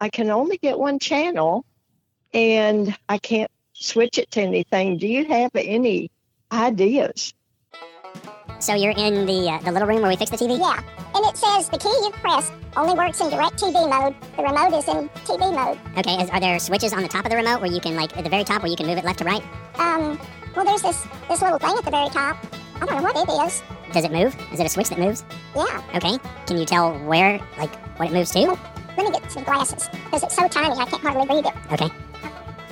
Speaker 4: I can only get one channel and I can't switch it to anything. Do you have any ideas?
Speaker 5: So you're in the uh, the little room where we fix the TV?
Speaker 6: Yeah, and it says the key you press only works in direct TV mode. The remote is in TV mode.
Speaker 5: Okay, is, are there switches on the top of the remote where you can like at the very top where you can move it left to right?
Speaker 6: Um, well, there's this this little thing at the very top. I don't know what it is.
Speaker 5: Does it move? Is it a switch that moves?
Speaker 6: Yeah,
Speaker 5: Okay. Can you tell where like what it moves to?
Speaker 6: let me get some glasses because it's so tiny I can't hardly read it.
Speaker 5: Okay.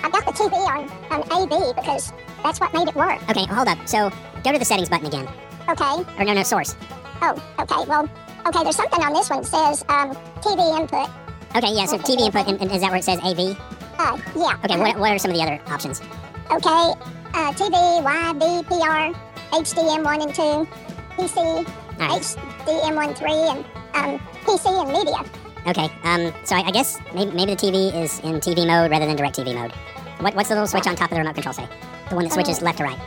Speaker 6: I've got the TV on on AV because that's what made it work.
Speaker 5: Okay, hold up. So go to the settings button again.
Speaker 6: Okay.
Speaker 5: Or no, no, source.
Speaker 6: Oh, okay. Well, okay. There's something on this one that says um TV input.
Speaker 5: Okay, yeah, so TV input and, and is that where it says AV?
Speaker 6: Uh, yeah.
Speaker 5: Okay, what, what are some of the other options?
Speaker 6: Okay, uh, TV, YBPR, HDM1 and 2, PC,
Speaker 5: Nice.
Speaker 6: HDM1 3, and um, PC and media.
Speaker 5: Okay. Um so I, I guess maybe maybe the TV is in TV mode rather than direct TV mode. What, what's the little switch on top of the remote control say? The one that switches left to right.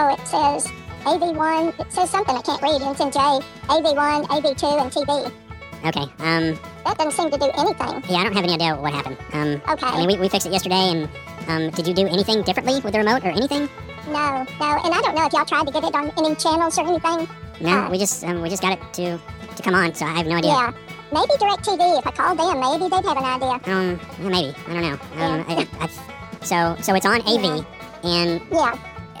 Speaker 6: Oh, it says AV1, it says something I can't read, it's in J, AV1, AV2, and TV.
Speaker 5: Okay. Um
Speaker 6: That doesn't seem to do anything.
Speaker 5: yeah, I don't have any idea what happened. Um I
Speaker 6: Okay,
Speaker 5: mean, we, we fixed it yesterday, and um, did you do anything differently with the remote or anything?
Speaker 6: no, no, and I don't know if y'all tried to get it on any channels or anything.
Speaker 5: No,
Speaker 6: Uh.
Speaker 5: we just um, we just got it to to come on, so I have no idea.
Speaker 6: Yeah, maybe DirecTV, if I called them, maybe they'd have an idea.
Speaker 5: Um, yeah, maybe I don't know. Um, I, I, so so it's on AV, and
Speaker 6: Yeah,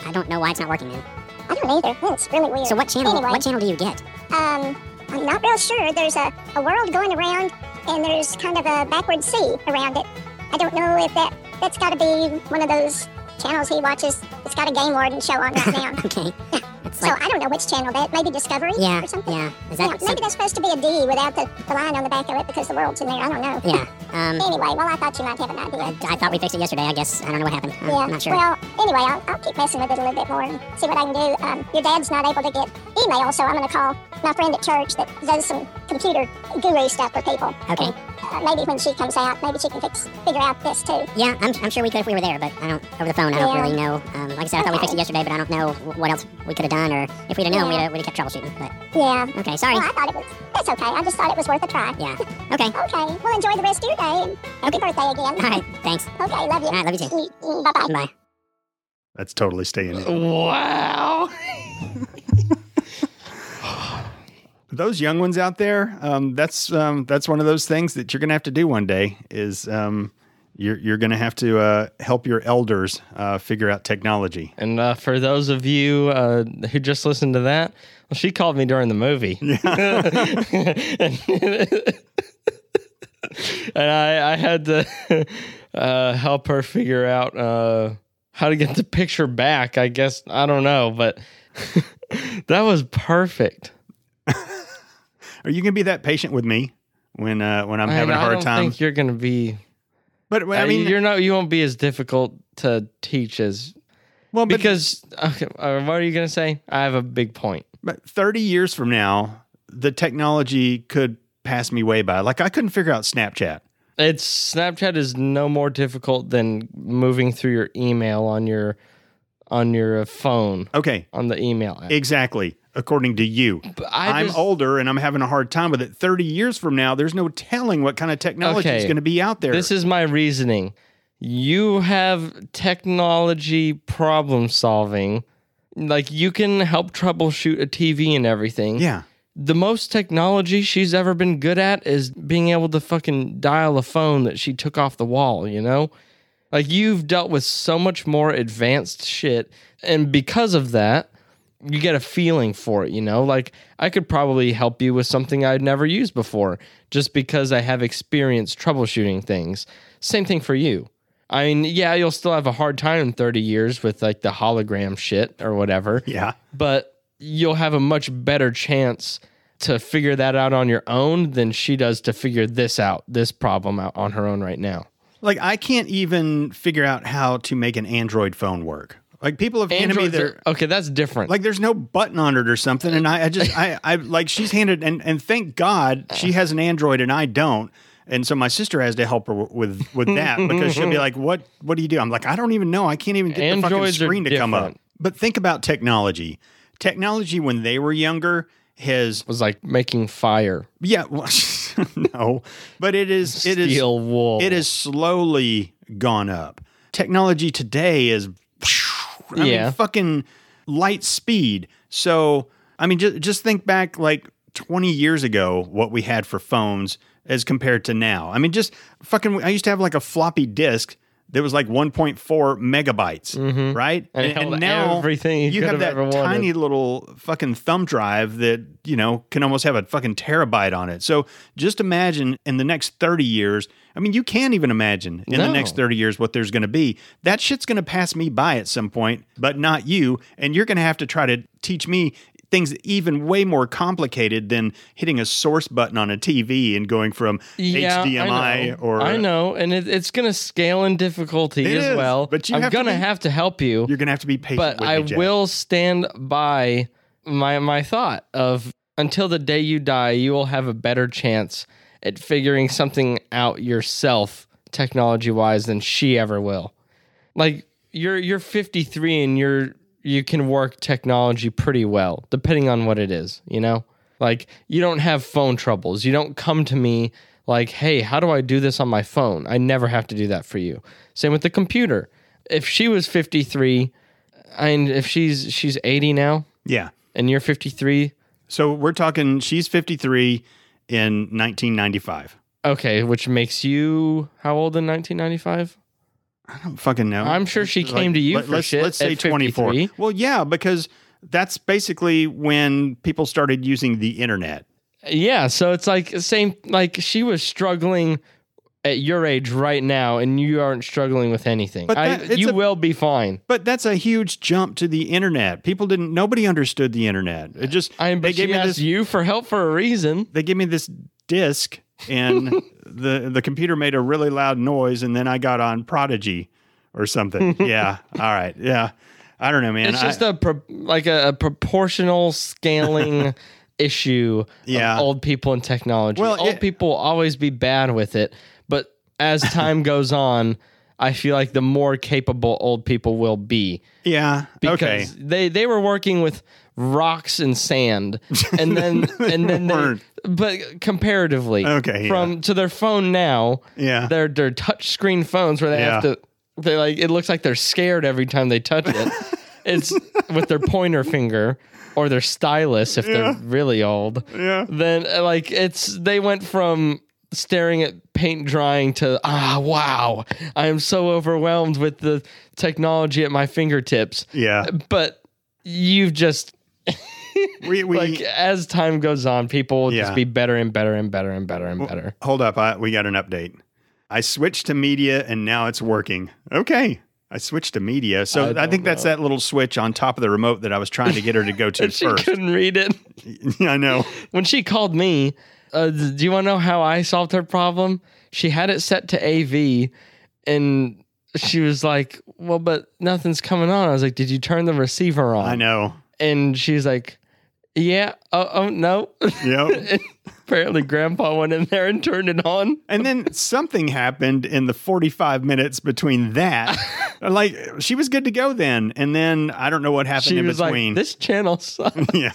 Speaker 5: I don't know why it's not working. Then.
Speaker 6: I don't either, it's really weird.
Speaker 5: So what channel
Speaker 6: Anyway.
Speaker 5: what channel do you get?
Speaker 6: Um, I'm not real sure. There's a, a world going around, and there's kind of a backward sea around it. I don't know if that that's got to be one of those channels he watches. It's got a game warden show on right now.
Speaker 5: Okay, it's
Speaker 6: so
Speaker 5: like
Speaker 6: I don't know which channel that. Maybe Discovery
Speaker 5: yeah
Speaker 6: or something.
Speaker 5: yeah. Is
Speaker 6: Yeah,
Speaker 5: that some-
Speaker 6: maybe that's supposed to be a D without the, the line on the back of it because the world's in there. I don't know.
Speaker 5: yeah? Um,
Speaker 6: Anyway, well, I thought you might have an idea.
Speaker 5: I, I thought we fixed it yesterday. I guess I don't know what happened. I'm
Speaker 6: yeah.
Speaker 5: not sure.
Speaker 6: Well, anyway, I'll, I'll keep messing with it a little bit more and see what I can do. Um, your dad's not able to get email, so I'm going to call my friend at church that does some computer guru stuff for people.
Speaker 5: Okay.
Speaker 6: Uh, maybe when she comes out, maybe she can fix, figure out this too.
Speaker 5: Yeah, I'm, I'm sure we could if we were there, but I don't over the phone. I don't
Speaker 6: Yeah.
Speaker 5: really know. Um, like I said, I thought we fixed it
Speaker 6: Okay.
Speaker 5: yesterday, but I don't know wh- what else we could have done, or if we'd have known, we'd, have, we'd have kept troubleshooting. But
Speaker 6: Yeah.
Speaker 5: okay, sorry.
Speaker 6: Well, I thought it was. That's okay. I just thought it was worth a try.
Speaker 5: Yeah. Okay.
Speaker 6: Okay. Well, enjoy the rest of your day and happy birthday again.
Speaker 5: All right. Thanks.
Speaker 6: Okay. Love you.
Speaker 5: All
Speaker 6: Mm,
Speaker 5: right. Love you too.
Speaker 6: Bye bye.
Speaker 5: Bye.
Speaker 1: That's totally staying in.
Speaker 2: wow.
Speaker 1: Those young ones out there, um, that's um, that's one of those things that you're going to have to do one day. Is um, you're you're going to have to uh, help your elders uh, figure out technology.
Speaker 2: And uh, for those of you uh, who just listened to that, well, she called me during the movie. and I, I had to uh, help her figure out uh, how to get the picture back. I guess, I don't know, but that was perfect.
Speaker 1: Are you going to be that patient with me when uh, when I'm having
Speaker 2: a
Speaker 1: a hard
Speaker 2: don't
Speaker 1: time?
Speaker 2: think you're going to be, uh,
Speaker 1: But I mean,
Speaker 2: you're not, you won't be as difficult to teach as,
Speaker 1: well, but
Speaker 2: because, okay, uh, what are you going to say? I have a big point.
Speaker 1: But 30 years from now, the technology could pass me way by. Like I couldn't figure out Snapchat.
Speaker 2: It's Snapchat is no more difficult than moving through your email on your on your uh, phone
Speaker 1: Okay,
Speaker 2: on the email app.
Speaker 1: exactly. According to you,
Speaker 2: But
Speaker 1: I'm
Speaker 2: just-
Speaker 1: older and I'm having a hard time with it. 30 years from now, there's no telling what kind of technology is
Speaker 2: Okay.
Speaker 1: going to be out there.
Speaker 2: This is my reasoning. You have technology problem solving. Like you can help troubleshoot a TV and everything.
Speaker 1: yeah.
Speaker 2: The most technology she's ever been good at is being able to fucking dial a phone that she took off the wall, you know? Like you've dealt with so much more advanced shit and because of that, you get a feeling for it, you know? Like I could probably help you with something I'd never used before just because I have experience troubleshooting things. Same thing for you. I mean, yeah, you'll still have a hard time in 30 years with like the hologram shit or whatever
Speaker 1: Yeah.
Speaker 2: but you'll have a much better chance to figure that out on your own than she does to figure this out, this problem out on her own right now.
Speaker 1: Like I can't even figure out how to make an Android phone work. Like people have handed me
Speaker 2: Androids
Speaker 1: their
Speaker 2: are- okay, that's different.
Speaker 1: like there's no button on it or something. And I, I just I, I like she's handed and and thank God she has an Android and I don't. And so my sister has to help her w- with with that because she'll be like, "What what do you do?" I'm like, "I don't even know. I can't even get the fucking
Speaker 2: Androids are
Speaker 1: screen to come up."
Speaker 2: different.
Speaker 1: But think about technology. Technology when they were younger has
Speaker 2: was like making fire,
Speaker 1: yeah, well, no, but it is it is
Speaker 2: steel wool.
Speaker 1: it has slowly gone up. Technology today is, I mean,
Speaker 2: Yeah.
Speaker 1: fucking light speed. So, I mean, just, just think back like 20 years ago, what we had for phones as compared to now. I mean, just fucking, I used to have like a floppy disk that was like 1.4 megabytes, right?
Speaker 2: Mm-hmm. And it held everything you
Speaker 1: you
Speaker 2: could
Speaker 1: have
Speaker 2: have
Speaker 1: that
Speaker 2: ever wanted.
Speaker 1: tiny little fucking thumb drive that you know can almost have a fucking terabyte on it. So just imagine in the next thirty years. I mean, you can't even imagine in the
Speaker 2: No.
Speaker 1: next thirty years what there's going to be. That shit's going to pass me by at some point, but not you. And you're going to have to try to teach me things even way more complicated than hitting a source button on a TV and going from
Speaker 2: Yeah, I know.
Speaker 1: HDMI or
Speaker 2: I know, and it, it's going to scale in difficulty
Speaker 1: It
Speaker 2: as
Speaker 1: is,
Speaker 2: well.
Speaker 1: but you
Speaker 2: I'm
Speaker 1: have to
Speaker 2: gonna
Speaker 1: be-
Speaker 2: have to help you.
Speaker 1: You're going to have to be patient.
Speaker 2: but
Speaker 1: with
Speaker 2: I
Speaker 1: me, Jack.
Speaker 2: will stand by my my thought of until the day you die, you will have a better chance at figuring something out yourself technology wise than she ever will. Like you're you're 53 and you're you can work technology pretty well depending on what it is, you know? Like you don't have phone troubles. You don't come to me like, "Hey, how do I do this on my phone?" I never have to do that for you. Same with the computer. If she was 53, and if she's she's 80 now
Speaker 1: Yeah.
Speaker 2: and you're 53
Speaker 1: So we're talking. She's 53 in 1995.
Speaker 2: okay which makes you how old in 1995
Speaker 1: I don't fucking know.
Speaker 2: i'm sure she came to you
Speaker 1: Let-
Speaker 2: for
Speaker 1: let's,
Speaker 2: shit
Speaker 1: let's say
Speaker 2: at
Speaker 1: 24.
Speaker 2: 53.
Speaker 1: Well, yeah, because that's basically when people started using the internet.
Speaker 2: yeah so it's like same like she was struggling at your age right now and you aren't struggling with anything
Speaker 1: But
Speaker 2: I,
Speaker 1: that- it's
Speaker 2: you
Speaker 1: a-
Speaker 2: will be fine
Speaker 1: But that's a huge jump to the internet. People didn't. Nobody understood the internet. It just.
Speaker 2: i
Speaker 1: they
Speaker 2: but she
Speaker 1: gave me
Speaker 2: asked
Speaker 1: this.
Speaker 2: you for help for a reason
Speaker 1: They gave me this disc, and the the computer made a really loud noise, and then I got on Prodigy, or something. yeah. All right. Yeah. I don't know, man.
Speaker 2: it's
Speaker 1: I-
Speaker 2: just a pro- like a, a proportional scaling issue
Speaker 1: Yeah.
Speaker 2: of old people and technology.
Speaker 1: Well,
Speaker 2: old
Speaker 1: it-
Speaker 2: people will always be bad with it, but as time goes on, I feel like the more capable old people will be
Speaker 1: yeah.
Speaker 2: because
Speaker 1: okay.
Speaker 2: they they were working with rocks and sand and then and then
Speaker 1: weren't.
Speaker 2: they, but comparatively
Speaker 1: Okay, yeah.
Speaker 2: from to their phone now
Speaker 1: Yeah.
Speaker 2: their their touch screen phones where they have
Speaker 1: Yeah.
Speaker 2: to they like it looks like they're scared every time they touch it it's with their pointer finger or their stylus if
Speaker 1: Yeah.
Speaker 2: they're really old
Speaker 1: Yeah.
Speaker 2: then uh, like it's they went from staring at paint drying to ah wow i am so overwhelmed with the technology at my fingertips
Speaker 1: Yeah.
Speaker 2: but you've just
Speaker 1: We we.
Speaker 2: like as time goes on people will
Speaker 1: Yeah.
Speaker 2: just be better and better and better and better and better
Speaker 1: Hold up, I, we got an update. I switched to media and now it's working. Okay. I switched to media. So I, think that's that little switch on top of the remote that I was trying to get her to go to
Speaker 2: she
Speaker 1: first.
Speaker 2: couldn't read it
Speaker 1: I know.
Speaker 2: when she called me, uh, th- do you want to know how I solved her problem? She had it set to AV and she was like, Well, but nothing's coming on. I was like, Did you turn the receiver on?
Speaker 1: I know.
Speaker 2: And she's like, Yeah. Oh, oh no.
Speaker 1: Yep.
Speaker 2: Apparently, Grandpa went in there and turned it on.
Speaker 1: and then something happened in the 45 minutes between that. like she was good to go then, and then I don't know what happened
Speaker 2: She
Speaker 1: in
Speaker 2: was
Speaker 1: between.
Speaker 2: like, "This channel sucks."
Speaker 1: yeah.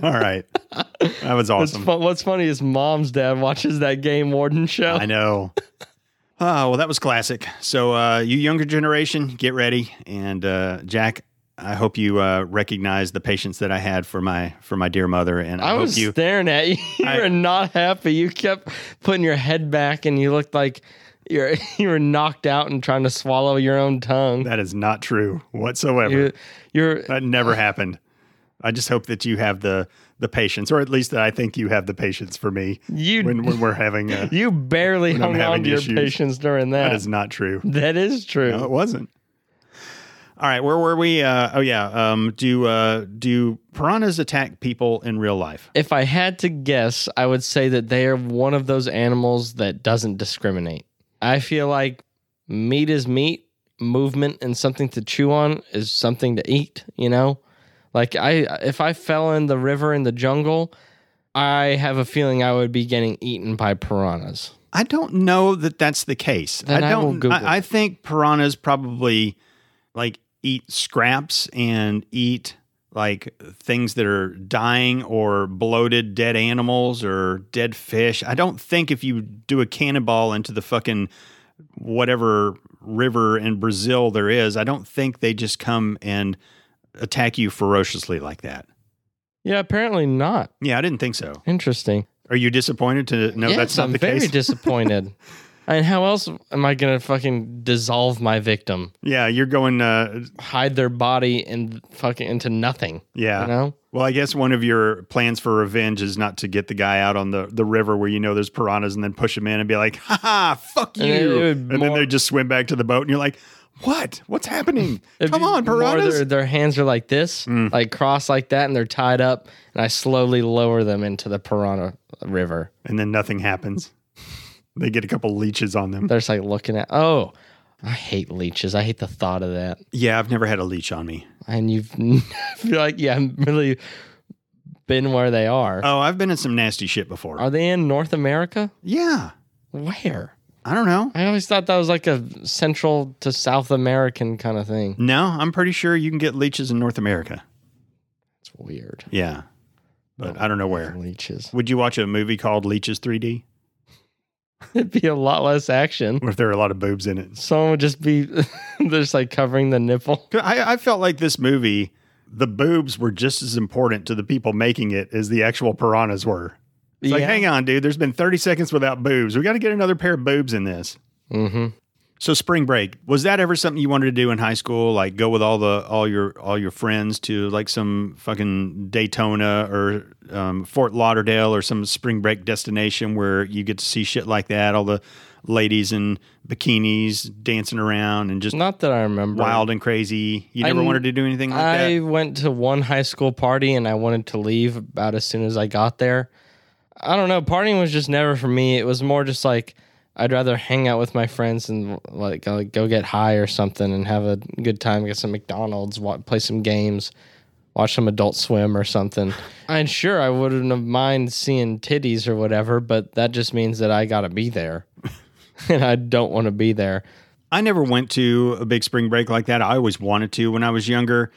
Speaker 1: All right. That was
Speaker 2: What's,
Speaker 1: awesome.
Speaker 2: fun, what's funny is Mom's dad watches that Game Warden show.
Speaker 1: I know. Oh, well, that was classic. So, uh, you younger generation, get ready. And uh, Jack, I hope you uh, recognize the patience that I had for my for my dear mother, and I,
Speaker 2: I,
Speaker 1: hope
Speaker 2: was
Speaker 1: you.
Speaker 2: staring at you. You
Speaker 1: I-
Speaker 2: were not happy. You kept putting your head back, and you looked like you're you were knocked out and trying to swallow your own tongue.
Speaker 1: That is not true whatsoever.
Speaker 2: You, you're
Speaker 1: That never happened. I just hope that you have the the patience, or at least that I think you have the patience for me
Speaker 2: you
Speaker 1: when when we're having. A,
Speaker 2: you barely
Speaker 1: when I'm
Speaker 2: hung on
Speaker 1: having
Speaker 2: to your
Speaker 1: issues.
Speaker 2: patience during that.
Speaker 1: that is not true.
Speaker 2: that is true.
Speaker 1: No, it wasn't. All right, where were we? Uh, oh yeah, um, do uh, do piranhas attack people in real life?
Speaker 2: If I had to guess, I would say that they are one of those animals that doesn't discriminate. I feel like meat is meat, movement and something to chew on is something to eat, you know? Like I if I fell in the river in the jungle, I have a feeling I would be getting eaten by piranhas.
Speaker 1: I don't know that that's the case.
Speaker 2: Then
Speaker 1: I
Speaker 2: I
Speaker 1: don't.
Speaker 2: will Google
Speaker 1: I, I
Speaker 2: it.
Speaker 1: think piranhas probably like eat scraps and eat like things that are dying or bloated dead animals or dead fish. I don't think if you do a cannonball into the fucking whatever river in Brazil there is, I don't think they just come and attack you ferociously like that.
Speaker 2: Yeah, apparently not.
Speaker 1: Yeah, I didn't think so.
Speaker 2: Interesting.
Speaker 1: Are you disappointed to know
Speaker 2: yes,
Speaker 1: that's not
Speaker 2: I'm
Speaker 1: the
Speaker 2: very
Speaker 1: case?
Speaker 2: disappointed. and how else am I going to fucking dissolve my victim?
Speaker 1: yeah, you're going uh
Speaker 2: Hide their body and fucking into nothing,
Speaker 1: yeah.
Speaker 2: you know?
Speaker 1: Well, I guess one of your plans for revenge is not to get the guy out on the, the river where you know there's piranhas and then push him in and be like, ha ha, fuck you.
Speaker 2: And it
Speaker 1: And,
Speaker 2: would
Speaker 1: then
Speaker 2: more-
Speaker 1: they just swim back to the boat and you're like, what? What's happening?
Speaker 2: It'd
Speaker 1: Come
Speaker 2: be
Speaker 1: on,
Speaker 2: more
Speaker 1: piranhas.
Speaker 2: Their, their hands are like this,
Speaker 1: Mm.
Speaker 2: like crossed like that, and they're tied up. And I slowly lower them into the piranha river.
Speaker 1: And then nothing happens. they get a couple leeches on them.
Speaker 2: They're just like looking at. Oh, I hate leeches. I hate the thought of that.
Speaker 1: Yeah, I've never had a leech on me.
Speaker 2: And you feel like yeah, I'm really been where they are.
Speaker 1: Oh, I've been in some nasty shit before.
Speaker 2: are they in North America?
Speaker 1: yeah.
Speaker 2: Where?
Speaker 1: I don't know.
Speaker 2: I always thought that was like a Central to South American kind of thing.
Speaker 1: No, I'm pretty sure you can get leeches in North America.
Speaker 2: It's weird.
Speaker 1: Yeah. But I don't know where.
Speaker 2: Leeches.
Speaker 1: Would you watch a movie called Leeches 3D?
Speaker 2: It'd be a lot less action.
Speaker 1: What if there are a lot of boobs in it?
Speaker 2: Someone would just be just like covering the nipple.
Speaker 1: 'Cause I, I felt like this movie, the boobs were just as important to the people making it as the actual piranhas were. It's like, hang on, dude, there's been 30 seconds without boobs. We got to get another pair of boobs in this.
Speaker 2: Mm-hmm.
Speaker 1: So spring break was that ever something you wanted to do in high school? Like go with all the all your all your friends to like some fucking Daytona or um, Fort Lauderdale or some spring break destination where you get to see shit like that. All the ladies in bikinis dancing around and just
Speaker 2: Not that I remember.
Speaker 1: wild and crazy. You
Speaker 2: I
Speaker 1: never
Speaker 2: n-
Speaker 1: wanted to do anything like that.
Speaker 2: I went to one high school party and I wanted to leave about as soon as I got there. I don't know. Partying was just never for me. It was more just like I'd rather hang out with my friends and like go, go get high or something and have a good time, get some McDonald's, wa play some games, watch some Adult Swim or something. And sure, I wouldn't have mind seeing titties or whatever, but that just means that I got to be there. and I don't want to be there.
Speaker 1: I never went to a big spring break like that. I always wanted to when I was younger.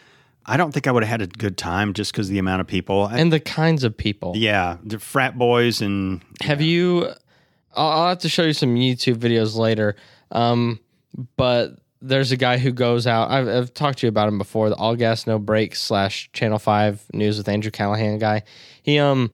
Speaker 1: I don't think I would have had a good time just because the amount of people. And
Speaker 2: And the kinds of people.
Speaker 1: yeah, the frat boys and
Speaker 2: Have you? I'll, I'll have to show you some YouTube videos later. Um, but there's a guy who goes out. I've, I've talked to you about him before. The All Gas No Breaks slash Channel Five News with Andrew Callahan guy. He um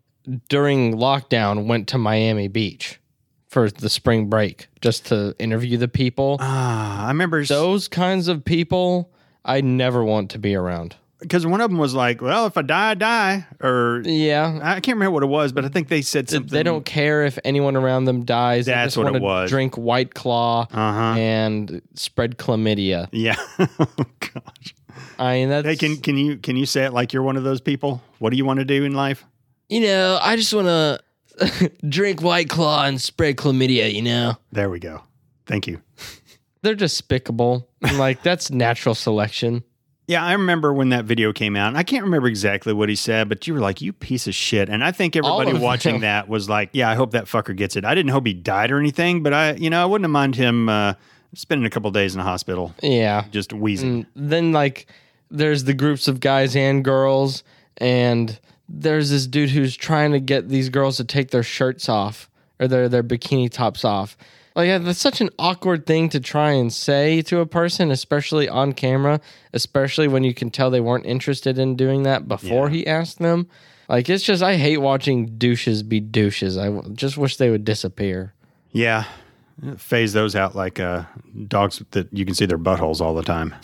Speaker 2: during lockdown went to Miami Beach for the spring break just to interview the people.
Speaker 1: ah, I remember
Speaker 2: Those kinds of people I never want to be around.
Speaker 1: because one of them was like, "Well, if I die, I die," or
Speaker 2: Yeah.
Speaker 1: I can't remember what it was, but I think they said something.
Speaker 2: They don't care if anyone around them dies. They
Speaker 1: That's
Speaker 2: just
Speaker 1: what it
Speaker 2: wanna
Speaker 1: was.
Speaker 2: Drink White Claw
Speaker 1: Uh huh.
Speaker 2: and spread chlamydia.
Speaker 1: Yeah. oh gosh.
Speaker 2: I mean, that's
Speaker 1: Hey, can can you can you say it like you're one of those people? What do you want to do in life?
Speaker 2: you know, I just want to drink White Claw and spread chlamydia. You know,
Speaker 1: There we go. Thank you.
Speaker 2: they're despicable. I'm like that's natural selection.
Speaker 1: Yeah, I remember when that video came out. And I can't remember exactly what he said, but you were like, "You piece of shit." And I think
Speaker 2: All
Speaker 1: everybody
Speaker 2: of
Speaker 1: watching
Speaker 2: them.
Speaker 1: that was like, "Yeah, I hope that fucker gets it." I didn't hope he died or anything, but I, you know, I wouldn't have mind him uh, spending a couple days in the hospital
Speaker 2: Yeah.
Speaker 1: just wheezing.
Speaker 2: And Mm, then like there's the groups of guys and girls and there's this dude who's trying to get these girls to take their shirts off or their their bikini tops off. Like yeah, that's such an awkward thing to try and say to a person, especially on camera, especially when you can tell they weren't interested in doing that before he asked them. Like it's just I hate watching douches be douches. I w- just wish they would disappear.
Speaker 1: Yeah, phase those out like uh, dogs that you can see their buttholes all the time.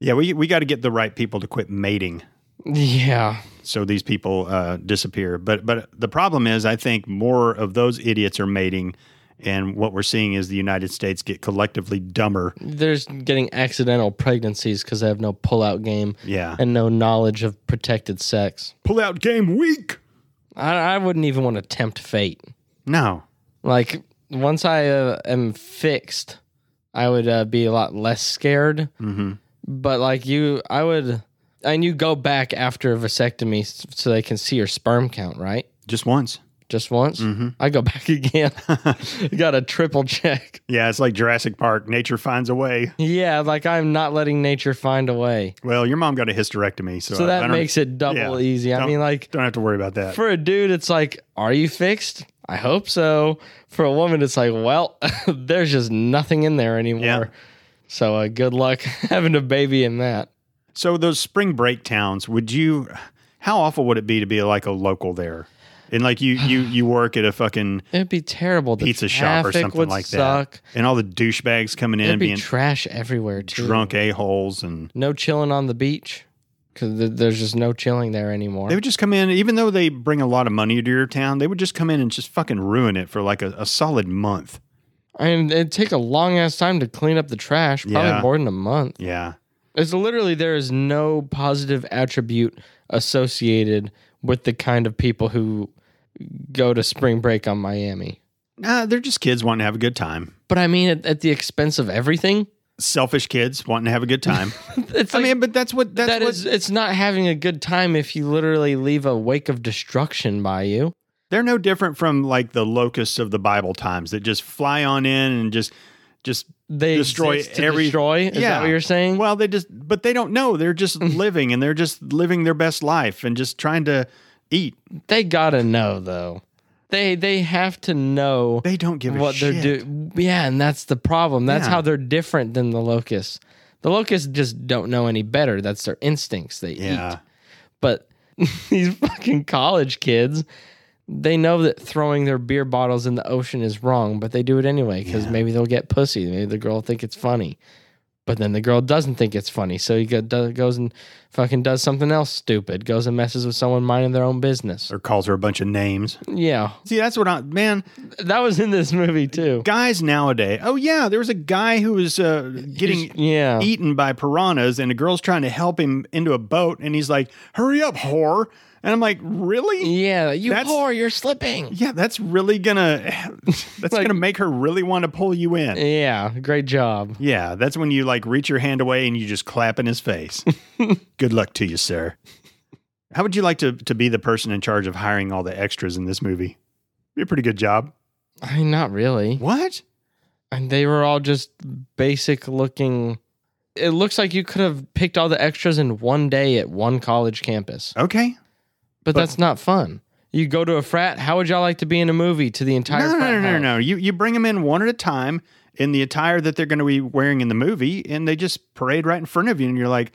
Speaker 1: yeah, we we got to get the right people to quit mating.
Speaker 2: Yeah.
Speaker 1: so these people uh, disappear. But but the problem is, I think more of those idiots are mating, and what we're seeing is the United States get collectively dumber.
Speaker 2: There's getting accidental pregnancies because they have no pullout game
Speaker 1: Yeah,
Speaker 2: and no knowledge of protected sex.
Speaker 1: pull out game week.
Speaker 2: I, I wouldn't even want to tempt fate.
Speaker 1: No,
Speaker 2: Like once I uh, am fixed, I would uh, be a lot less scared.
Speaker 1: mm-hmm.
Speaker 2: But like you, I would, and you go back after a vasectomy s- so they can see your sperm count, right?
Speaker 1: just once.
Speaker 2: Just once,
Speaker 1: Mhm.
Speaker 2: I go back again. Got a triple check.
Speaker 1: Yeah, it's like Jurassic Park. Nature finds a way.
Speaker 2: Yeah, like I'm not letting nature find a way.
Speaker 1: Well, your mom got a hysterectomy, so,
Speaker 2: So,
Speaker 1: I- I
Speaker 2: that
Speaker 1: don't-
Speaker 2: makes it double
Speaker 1: yeah,
Speaker 2: easy. I
Speaker 1: don't-
Speaker 2: mean, like
Speaker 1: don't have to worry about that.
Speaker 2: For a dude, it's like, are you fixed? I hope so. For a woman, it's like, well, there's just nothing in there anymore.
Speaker 1: Yeah.
Speaker 2: So uh, good luck having a baby in that.
Speaker 1: so those spring break towns, would you? How awful would it be to be like a local there? And like you, you, you work at a fucking
Speaker 2: It'd be terrible. The
Speaker 1: pizza shop or
Speaker 2: traffic
Speaker 1: something
Speaker 2: would
Speaker 1: like
Speaker 2: suck.
Speaker 1: that, and all the douchebags coming in
Speaker 2: It'd
Speaker 1: and
Speaker 2: be
Speaker 1: being
Speaker 2: trash everywhere too.
Speaker 1: drunk a holes and
Speaker 2: No chilling on the beach because th- there's just no chilling there anymore.
Speaker 1: they would just come in even though they bring a lot of money to your town they would just come in and just fucking ruin it for like a, a solid month
Speaker 2: I mean, it'd take a long ass time to clean up the trash. Probably
Speaker 1: Yeah.
Speaker 2: more than a month.
Speaker 1: yeah
Speaker 2: It's literally there is no positive attribute associated with the kind of people who go to spring break on Miami.
Speaker 1: nah, they're just kids wanting to have a good time
Speaker 2: But I mean, at, at the expense of everything,
Speaker 1: selfish kids wanting to have a good time
Speaker 2: it's
Speaker 1: i
Speaker 2: like,
Speaker 1: mean but that's what that's
Speaker 2: that
Speaker 1: what
Speaker 2: is- it's not having a good time if you literally leave a wake of destruction by you.
Speaker 1: they're no different from like the locusts of the bible times that just fly on in and just just
Speaker 2: They
Speaker 1: Destroy
Speaker 2: exist to
Speaker 1: every-
Speaker 2: destroy. Is
Speaker 1: Yeah.
Speaker 2: that what you're saying?
Speaker 1: well they just but they don't know they're just living and they're just living their best life and just trying to eat
Speaker 2: they gotta know though. They they have to know
Speaker 1: they don't give a
Speaker 2: what
Speaker 1: shit.
Speaker 2: they're doing. Yeah, and that's the problem. That's
Speaker 1: Yeah.
Speaker 2: how they're different than the locusts. The locusts just don't know any better. That's their instincts. They
Speaker 1: yeah
Speaker 2: eat. But these fucking college kids, they know that throwing their beer bottles in the ocean is wrong, but they do it anyway because
Speaker 1: Yeah.
Speaker 2: maybe they'll get pussy. Maybe the girl will think it's funny. But then the girl doesn't think it's funny. So he go, do, goes and fucking does something else stupid, goes and messes with someone minding their own business.
Speaker 1: or calls her a bunch of names
Speaker 2: Yeah.
Speaker 1: See, that's what I man.
Speaker 2: That was in this movie too.
Speaker 1: Guys nowadays. Oh yeah, there was a guy who was uh, getting
Speaker 2: Yeah.
Speaker 1: eaten by piranhas, and a girl's trying to help him into a boat, and he's like, "Hurry up, whore!" And I'm like, "Really?
Speaker 2: Yeah, you
Speaker 1: That's-
Speaker 2: whore, you're slipping.
Speaker 1: Yeah, that's really gonna that's
Speaker 2: Like-
Speaker 1: gonna make her really want to pull you in."
Speaker 2: Yeah, great job.
Speaker 1: Yeah, that's when you like reach your hand away and you just clap in his face. Good luck to you, sir. How would you like to to be the person in charge of hiring all the extras in this movie? Be a pretty good job.
Speaker 2: I mean, not really.
Speaker 1: What?
Speaker 2: And they were all just basic looking. It looks like you could have picked all the extras in one day at one college campus,
Speaker 1: Okay.
Speaker 2: but, that's not fun. You go to a frat. How would y'all like to be in a movie to the entire?
Speaker 1: No,
Speaker 2: frat
Speaker 1: no, no, no,
Speaker 2: house?
Speaker 1: no. You you bring them in one at a time in the attire that they're going to be wearing in the movie, and they just parade right in front of you, and you're like,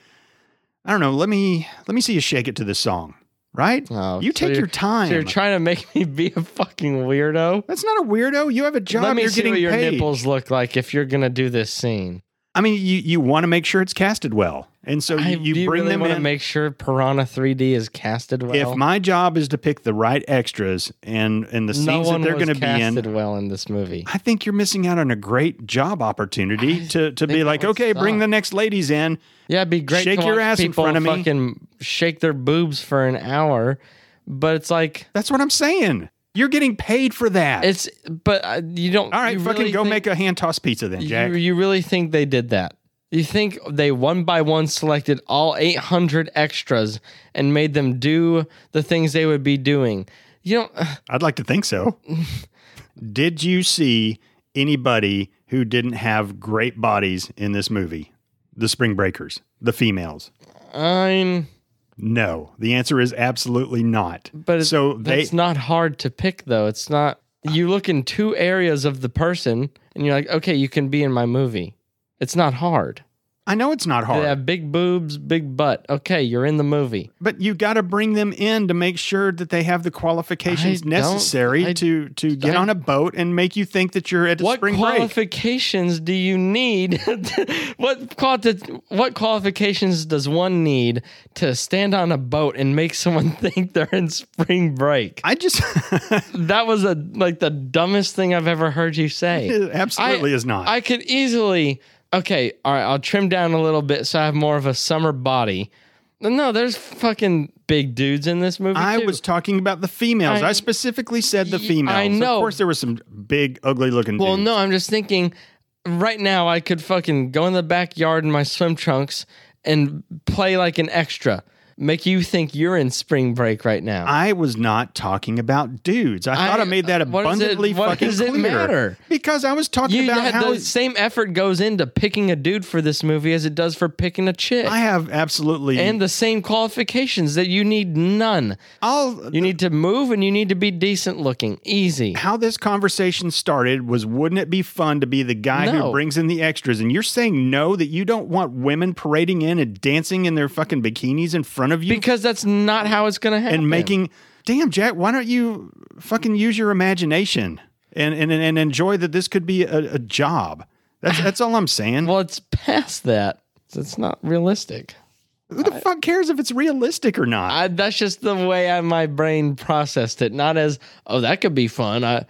Speaker 1: I don't know. Let me let me see you shake it to this song, right?
Speaker 2: Oh,
Speaker 1: you
Speaker 2: so
Speaker 1: take
Speaker 2: you're-
Speaker 1: your time.
Speaker 2: So you're trying to make me be a fucking weirdo.
Speaker 1: That's not a weirdo. You have a job.
Speaker 2: Let me
Speaker 1: you're
Speaker 2: see
Speaker 1: getting
Speaker 2: what your
Speaker 1: paid.
Speaker 2: nipples look like if you're gonna do this scene.
Speaker 1: I mean, you you want to make sure it's casted well, and so
Speaker 2: I,
Speaker 1: you, you
Speaker 2: do you
Speaker 1: bring
Speaker 2: really
Speaker 1: them
Speaker 2: want to
Speaker 1: in.
Speaker 2: make sure Piranha 3D is casted well.
Speaker 1: if my job is to pick the right extras and and the
Speaker 2: no
Speaker 1: scenes
Speaker 2: one
Speaker 1: that they're
Speaker 2: was
Speaker 1: going to be in,
Speaker 2: casted well in this movie.
Speaker 1: I think you're missing out on a great job opportunity to to be
Speaker 2: that
Speaker 1: like,
Speaker 2: would
Speaker 1: okay, bring
Speaker 2: suck.
Speaker 1: the next ladies in.
Speaker 2: Yeah, it'd be great.
Speaker 1: Shake
Speaker 2: to
Speaker 1: your
Speaker 2: watch
Speaker 1: ass in
Speaker 2: people
Speaker 1: front of me.
Speaker 2: Fucking shake their boobs for an hour, but it's like
Speaker 1: That's what I'm saying. You're getting paid for that.
Speaker 2: it's. But uh, you don't.
Speaker 1: All right,
Speaker 2: you
Speaker 1: fucking
Speaker 2: really
Speaker 1: go
Speaker 2: think-
Speaker 1: make a hand toss pizza then, Jack.
Speaker 2: You, you really think they did that? You think they one by one selected all 800 extras and made them do the things they would be doing? You don't.
Speaker 1: I'd like to think so. Did you see anybody who didn't have great bodies in this movie? The Spring Breakers, the females.
Speaker 2: I'm.
Speaker 1: No, the answer is absolutely not.
Speaker 2: But it-
Speaker 1: so they
Speaker 2: that's not hard to pick, though. It's not. You look in two areas of the person, and you're like, okay, you can be in my movie. It's not hard.
Speaker 1: I know it's not hard.
Speaker 2: They have big boobs, big butt. Okay, you're in the movie.
Speaker 1: But you got to bring them in to make sure that they have the qualifications
Speaker 2: I don't-
Speaker 1: necessary
Speaker 2: I-
Speaker 1: to to get
Speaker 2: I-
Speaker 1: on a boat and make you think that you're at a
Speaker 2: What
Speaker 1: spring break.
Speaker 2: qualifications do you need? what quali- what qualifications does one need to stand on a boat and make someone think they're in spring break?
Speaker 1: I just
Speaker 2: that was a like the dumbest thing I've ever heard you say.
Speaker 1: it absolutely is not.
Speaker 2: I could easily okay, all right, I'll trim down a little bit so I have more of a summer body. No, there's fucking big dudes in this movie.
Speaker 1: I
Speaker 2: too.
Speaker 1: was talking about the females. I,
Speaker 2: I-
Speaker 1: specifically said the
Speaker 2: Y- I
Speaker 1: females. Of
Speaker 2: know.
Speaker 1: course, there were some big, ugly looking.
Speaker 2: Well,
Speaker 1: dudes.
Speaker 2: no, I'm just thinking right now I could fucking go in the backyard in my swim trunks and play like an extra. Make you think you're in spring break right now.
Speaker 1: I was not talking about dudes. I,
Speaker 2: I-
Speaker 1: thought I made that
Speaker 2: what does it-
Speaker 1: abundantly
Speaker 2: what
Speaker 1: fucking
Speaker 2: does it
Speaker 1: clear.
Speaker 2: matter?
Speaker 1: Because I was talking
Speaker 2: you
Speaker 1: about
Speaker 2: had
Speaker 1: how
Speaker 2: the same effort goes into picking a dude for this movie as it does for picking a chick.
Speaker 1: I have absolutely
Speaker 2: and the same qualifications that you need none.
Speaker 1: all
Speaker 2: You need to move and you need to be decent looking. Easy.
Speaker 1: how this conversation started was wouldn't it be fun to be the guy who
Speaker 2: No.
Speaker 1: brings in the extras and you're saying no that you don't want women parading in and dancing in their fucking bikinis in front of you
Speaker 2: Because that's not how it's going to happen.
Speaker 1: and making damn jack why don't you fucking use your imagination and and, and enjoy that this could be a, a job that's that's all i'm saying
Speaker 2: Well, it's past that. It's not realistic.
Speaker 1: who the fuck cares if it's realistic or not
Speaker 2: I, that's just the way I, my brain processed it. Not as oh that could be fun. I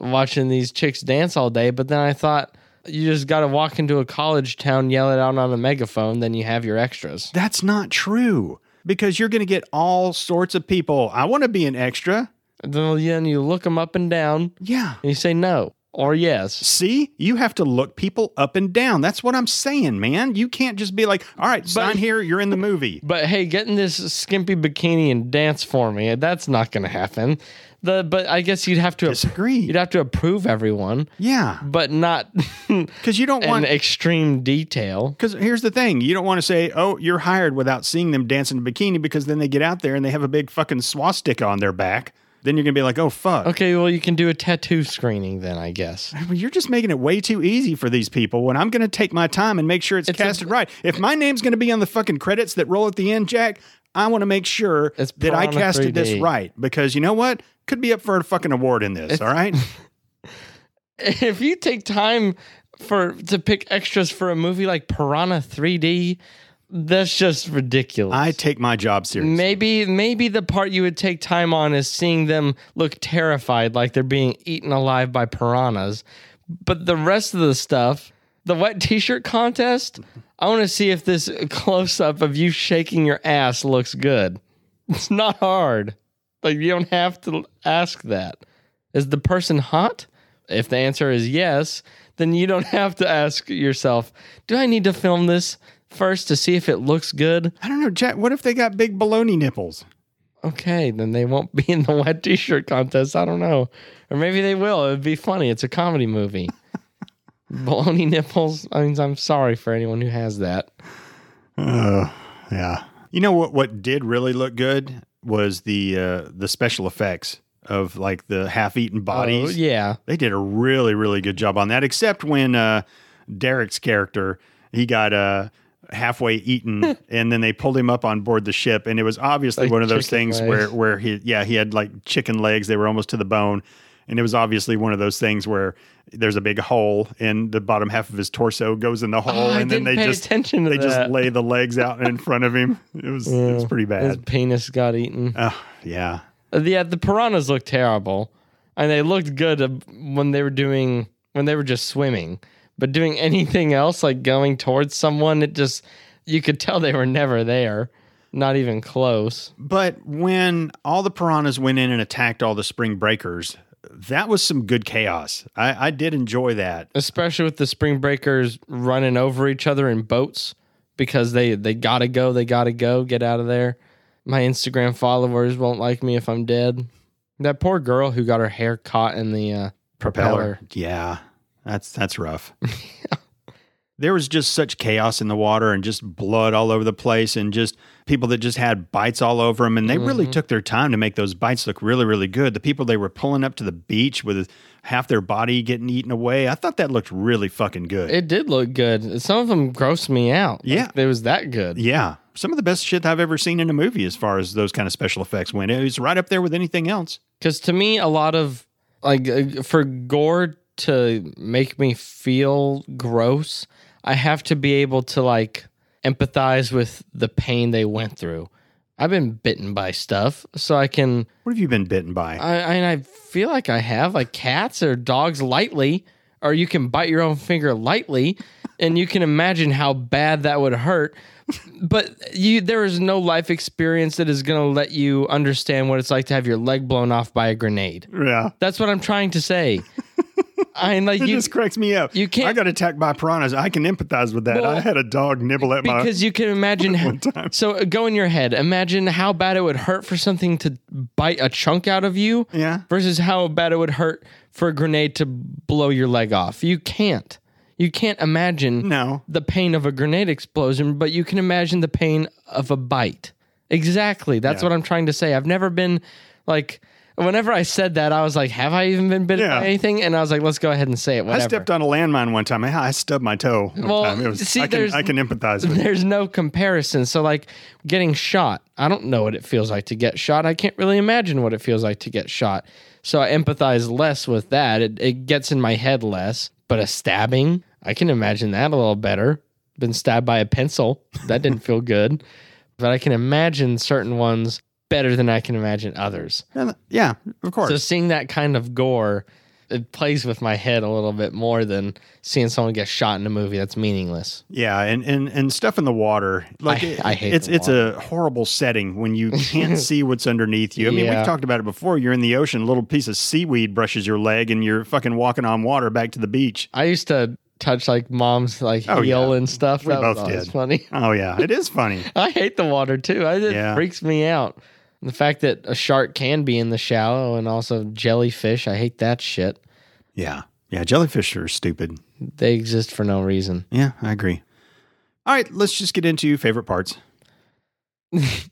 Speaker 2: watching these chicks dance all day, but then I thought you just got to walk into a college town, yell it out on a megaphone, then you have your extras.
Speaker 1: that's not true because you're going to get all sorts of people i want to be an extra
Speaker 2: Then then you look them up and down,
Speaker 1: yeah
Speaker 2: and you say no or yes.
Speaker 1: See, you have to look people up and down. That's what I'm saying, man. You can't just be like, all right, sign here, you're in the movie.
Speaker 2: But hey, getting this skimpy bikini and dance for me—that's not going to happen. The but I guess you'd have to
Speaker 1: Disagree.
Speaker 2: You'd have to approve everyone,
Speaker 1: Yeah,
Speaker 2: but not in
Speaker 1: because you don't want.
Speaker 2: extreme detail.
Speaker 1: Because here's the thing you don't want to say, oh, you're hired without seeing them dance in a bikini because then they get out there and they have a big fucking swastika on their back. Then you're going to be like, oh, fuck.
Speaker 2: Okay, well, you can do a tattoo screening then, I guess.
Speaker 1: I mean, You're just making it way too easy for these people when I'm going to take my time and make sure it's,
Speaker 2: It's a-
Speaker 1: casted right. If my name's going to be on the fucking credits that roll at the end, Jack, I want to make sure
Speaker 2: It's
Speaker 1: that I
Speaker 2: Piranha
Speaker 1: casted this
Speaker 2: 3D.
Speaker 1: right because you know what? Could be up for a fucking award in this, all right?
Speaker 2: If you take time for to pick extras for a movie like Piranha 3D, that's just ridiculous.
Speaker 1: I take my job seriously.
Speaker 2: maybe maybe the part you would take time on is seeing them look terrified like they're being eaten alive by piranhas. But the rest of the stuff, the wet t-shirt contest, I want to see if this close up of you shaking your ass looks good. It's not hard. Like you don't have to ask that. Is the person hot? If the answer is yes, then you don't have to ask yourself, do I need to film this first to see if it looks good?
Speaker 1: I don't know, Jack. What if they got big baloney nipples?
Speaker 2: okay, then they won't be in the wet t-shirt contest. I don't know. Or maybe they will. It'd be funny. It's a comedy movie. Baloney nipples. I mean, I'm sorry for anyone who has that.
Speaker 1: Yeah. You know what? What did really look good was the uh, the special effects of like the half-eaten bodies.
Speaker 2: Oh, yeah.
Speaker 1: They did a really, really good job on that, except when uh, Derek's character he got uh, halfway eaten, and then they pulled him up on board the ship, and it was obviously
Speaker 2: Like
Speaker 1: one of those
Speaker 2: chicken
Speaker 1: things
Speaker 2: legs.
Speaker 1: where where he yeah he had like chicken legs, they were almost to the bone, and it was obviously one of those things where there's a big hole, and the bottom half of his torso goes in the hole,
Speaker 2: Oh, I
Speaker 1: Oh, and then
Speaker 2: didn't
Speaker 1: they
Speaker 2: pay
Speaker 1: just
Speaker 2: attention to
Speaker 1: they just
Speaker 2: that.
Speaker 1: lay the legs out in front of him. It was it was pretty
Speaker 2: His
Speaker 1: bad.
Speaker 2: penis got eaten.
Speaker 1: Ugh, yeah.
Speaker 2: Uh, yeah, the piranhas looked terrible, and they looked good uh, when they were doing when they were just swimming. But doing anything else, like going towards someone, it just you could tell they were never there, not even close.
Speaker 1: But when all the piranhas went in and attacked all the spring breakers, that was some good chaos. I, I did enjoy that.
Speaker 2: especially with the spring breakers running over each other in boats because they they gotta go they gotta go get out of there my instagram followers won't like me if i'm dead that poor girl who got her hair caught in the uh, propeller.
Speaker 1: Yeah, that's that's rough. There was just such chaos in the water and just blood all over the place and just people that just had bites all over them and they
Speaker 2: Mm-hmm.
Speaker 1: really took their time to make those bites look really really good. The people they were pulling up to the beach with half their body getting eaten away. I thought that looked really fucking good.
Speaker 2: it did look good some of them grossed me out
Speaker 1: Yeah.
Speaker 2: like, it was that good
Speaker 1: yeah. Some of the best shit I've ever seen in a movie as far as those kind of special effects went. It was right up there with anything else.
Speaker 2: Because to me, a lot of like uh, for gore to make me feel gross, I have to be able to like empathize with the pain they went through. I've been bitten by stuff, so I can.
Speaker 1: What have you been bitten by?
Speaker 2: I I- and I feel like I have like cats or dogs lightly, or you can bite your own finger lightly, and you can imagine how bad that would hurt. But you, there is no life experience that is going to let you understand what it's like to have your leg blown off by a grenade.
Speaker 1: yeah.
Speaker 2: That's what I'm trying to say. I mean, like
Speaker 1: It
Speaker 2: you
Speaker 1: just cracks me up.
Speaker 2: you can't-
Speaker 1: I got attacked by piranhas. I can empathize with that.
Speaker 2: Well,
Speaker 1: I had a dog nibble at my.
Speaker 2: because you can imagine.
Speaker 1: One time.
Speaker 2: So uh, go in your head. Imagine how bad it would hurt for something to bite a chunk out of you.
Speaker 1: Yeah.
Speaker 2: Versus how bad it would hurt for a grenade to blow your leg off. You can't. You can't imagine
Speaker 1: No.
Speaker 2: the pain of a grenade explosion, but you can imagine the pain of a bite. Exactly. That's what I'm trying to say. I've never been like. Whenever I said that, I was like, "Have I even been bit
Speaker 1: Yeah.
Speaker 2: by anything?" And I was like, "Let's go ahead and say it."
Speaker 1: I
Speaker 2: Whatever.
Speaker 1: stepped on a landmine one time. I, I stubbed my toe. One
Speaker 2: Well,
Speaker 1: time. It was,
Speaker 2: see,
Speaker 1: I, can,
Speaker 2: there's-
Speaker 1: I can empathize with it.
Speaker 2: there's no comparison. So like getting shot, I don't know what it feels like to get shot. I can't really imagine what it feels like to get shot. So I empathize less with that. It, it gets in my head less. But a stabbing, I can imagine that a little better. Been stabbed by a pencil. That didn't feel good. But I can imagine certain ones better than I can imagine others.
Speaker 1: Yeah, Yeah, of course.
Speaker 2: So seeing that kind of gore, it plays with my head a little bit more than seeing someone get shot in a movie that's meaningless.
Speaker 1: yeah, and, and and stuff in the water. Like
Speaker 2: I-
Speaker 1: it-
Speaker 2: I hate
Speaker 1: it's
Speaker 2: the
Speaker 1: it's a horrible setting when you can't see what's underneath you. I mean,
Speaker 2: Yeah.
Speaker 1: we've talked about it before. You're in the ocean, a little piece of seaweed brushes your leg, and you're fucking walking on water back to the beach.
Speaker 2: I used to touch like mom's like
Speaker 1: Oh,
Speaker 2: heel
Speaker 1: yeah.
Speaker 2: and stuff.
Speaker 1: We
Speaker 2: that was
Speaker 1: both
Speaker 2: always
Speaker 1: did.
Speaker 2: funny.
Speaker 1: Oh yeah, it is funny.
Speaker 2: I hate the water too. I, it
Speaker 1: Yeah.
Speaker 2: freaks me out. The fact that a shark can be in the shallow and also jellyfish, I hate that shit.
Speaker 1: Yeah, yeah. Jellyfish are stupid.
Speaker 2: They exist for no reason.
Speaker 1: Yeah, I agree. All right, let's just get into favorite parts.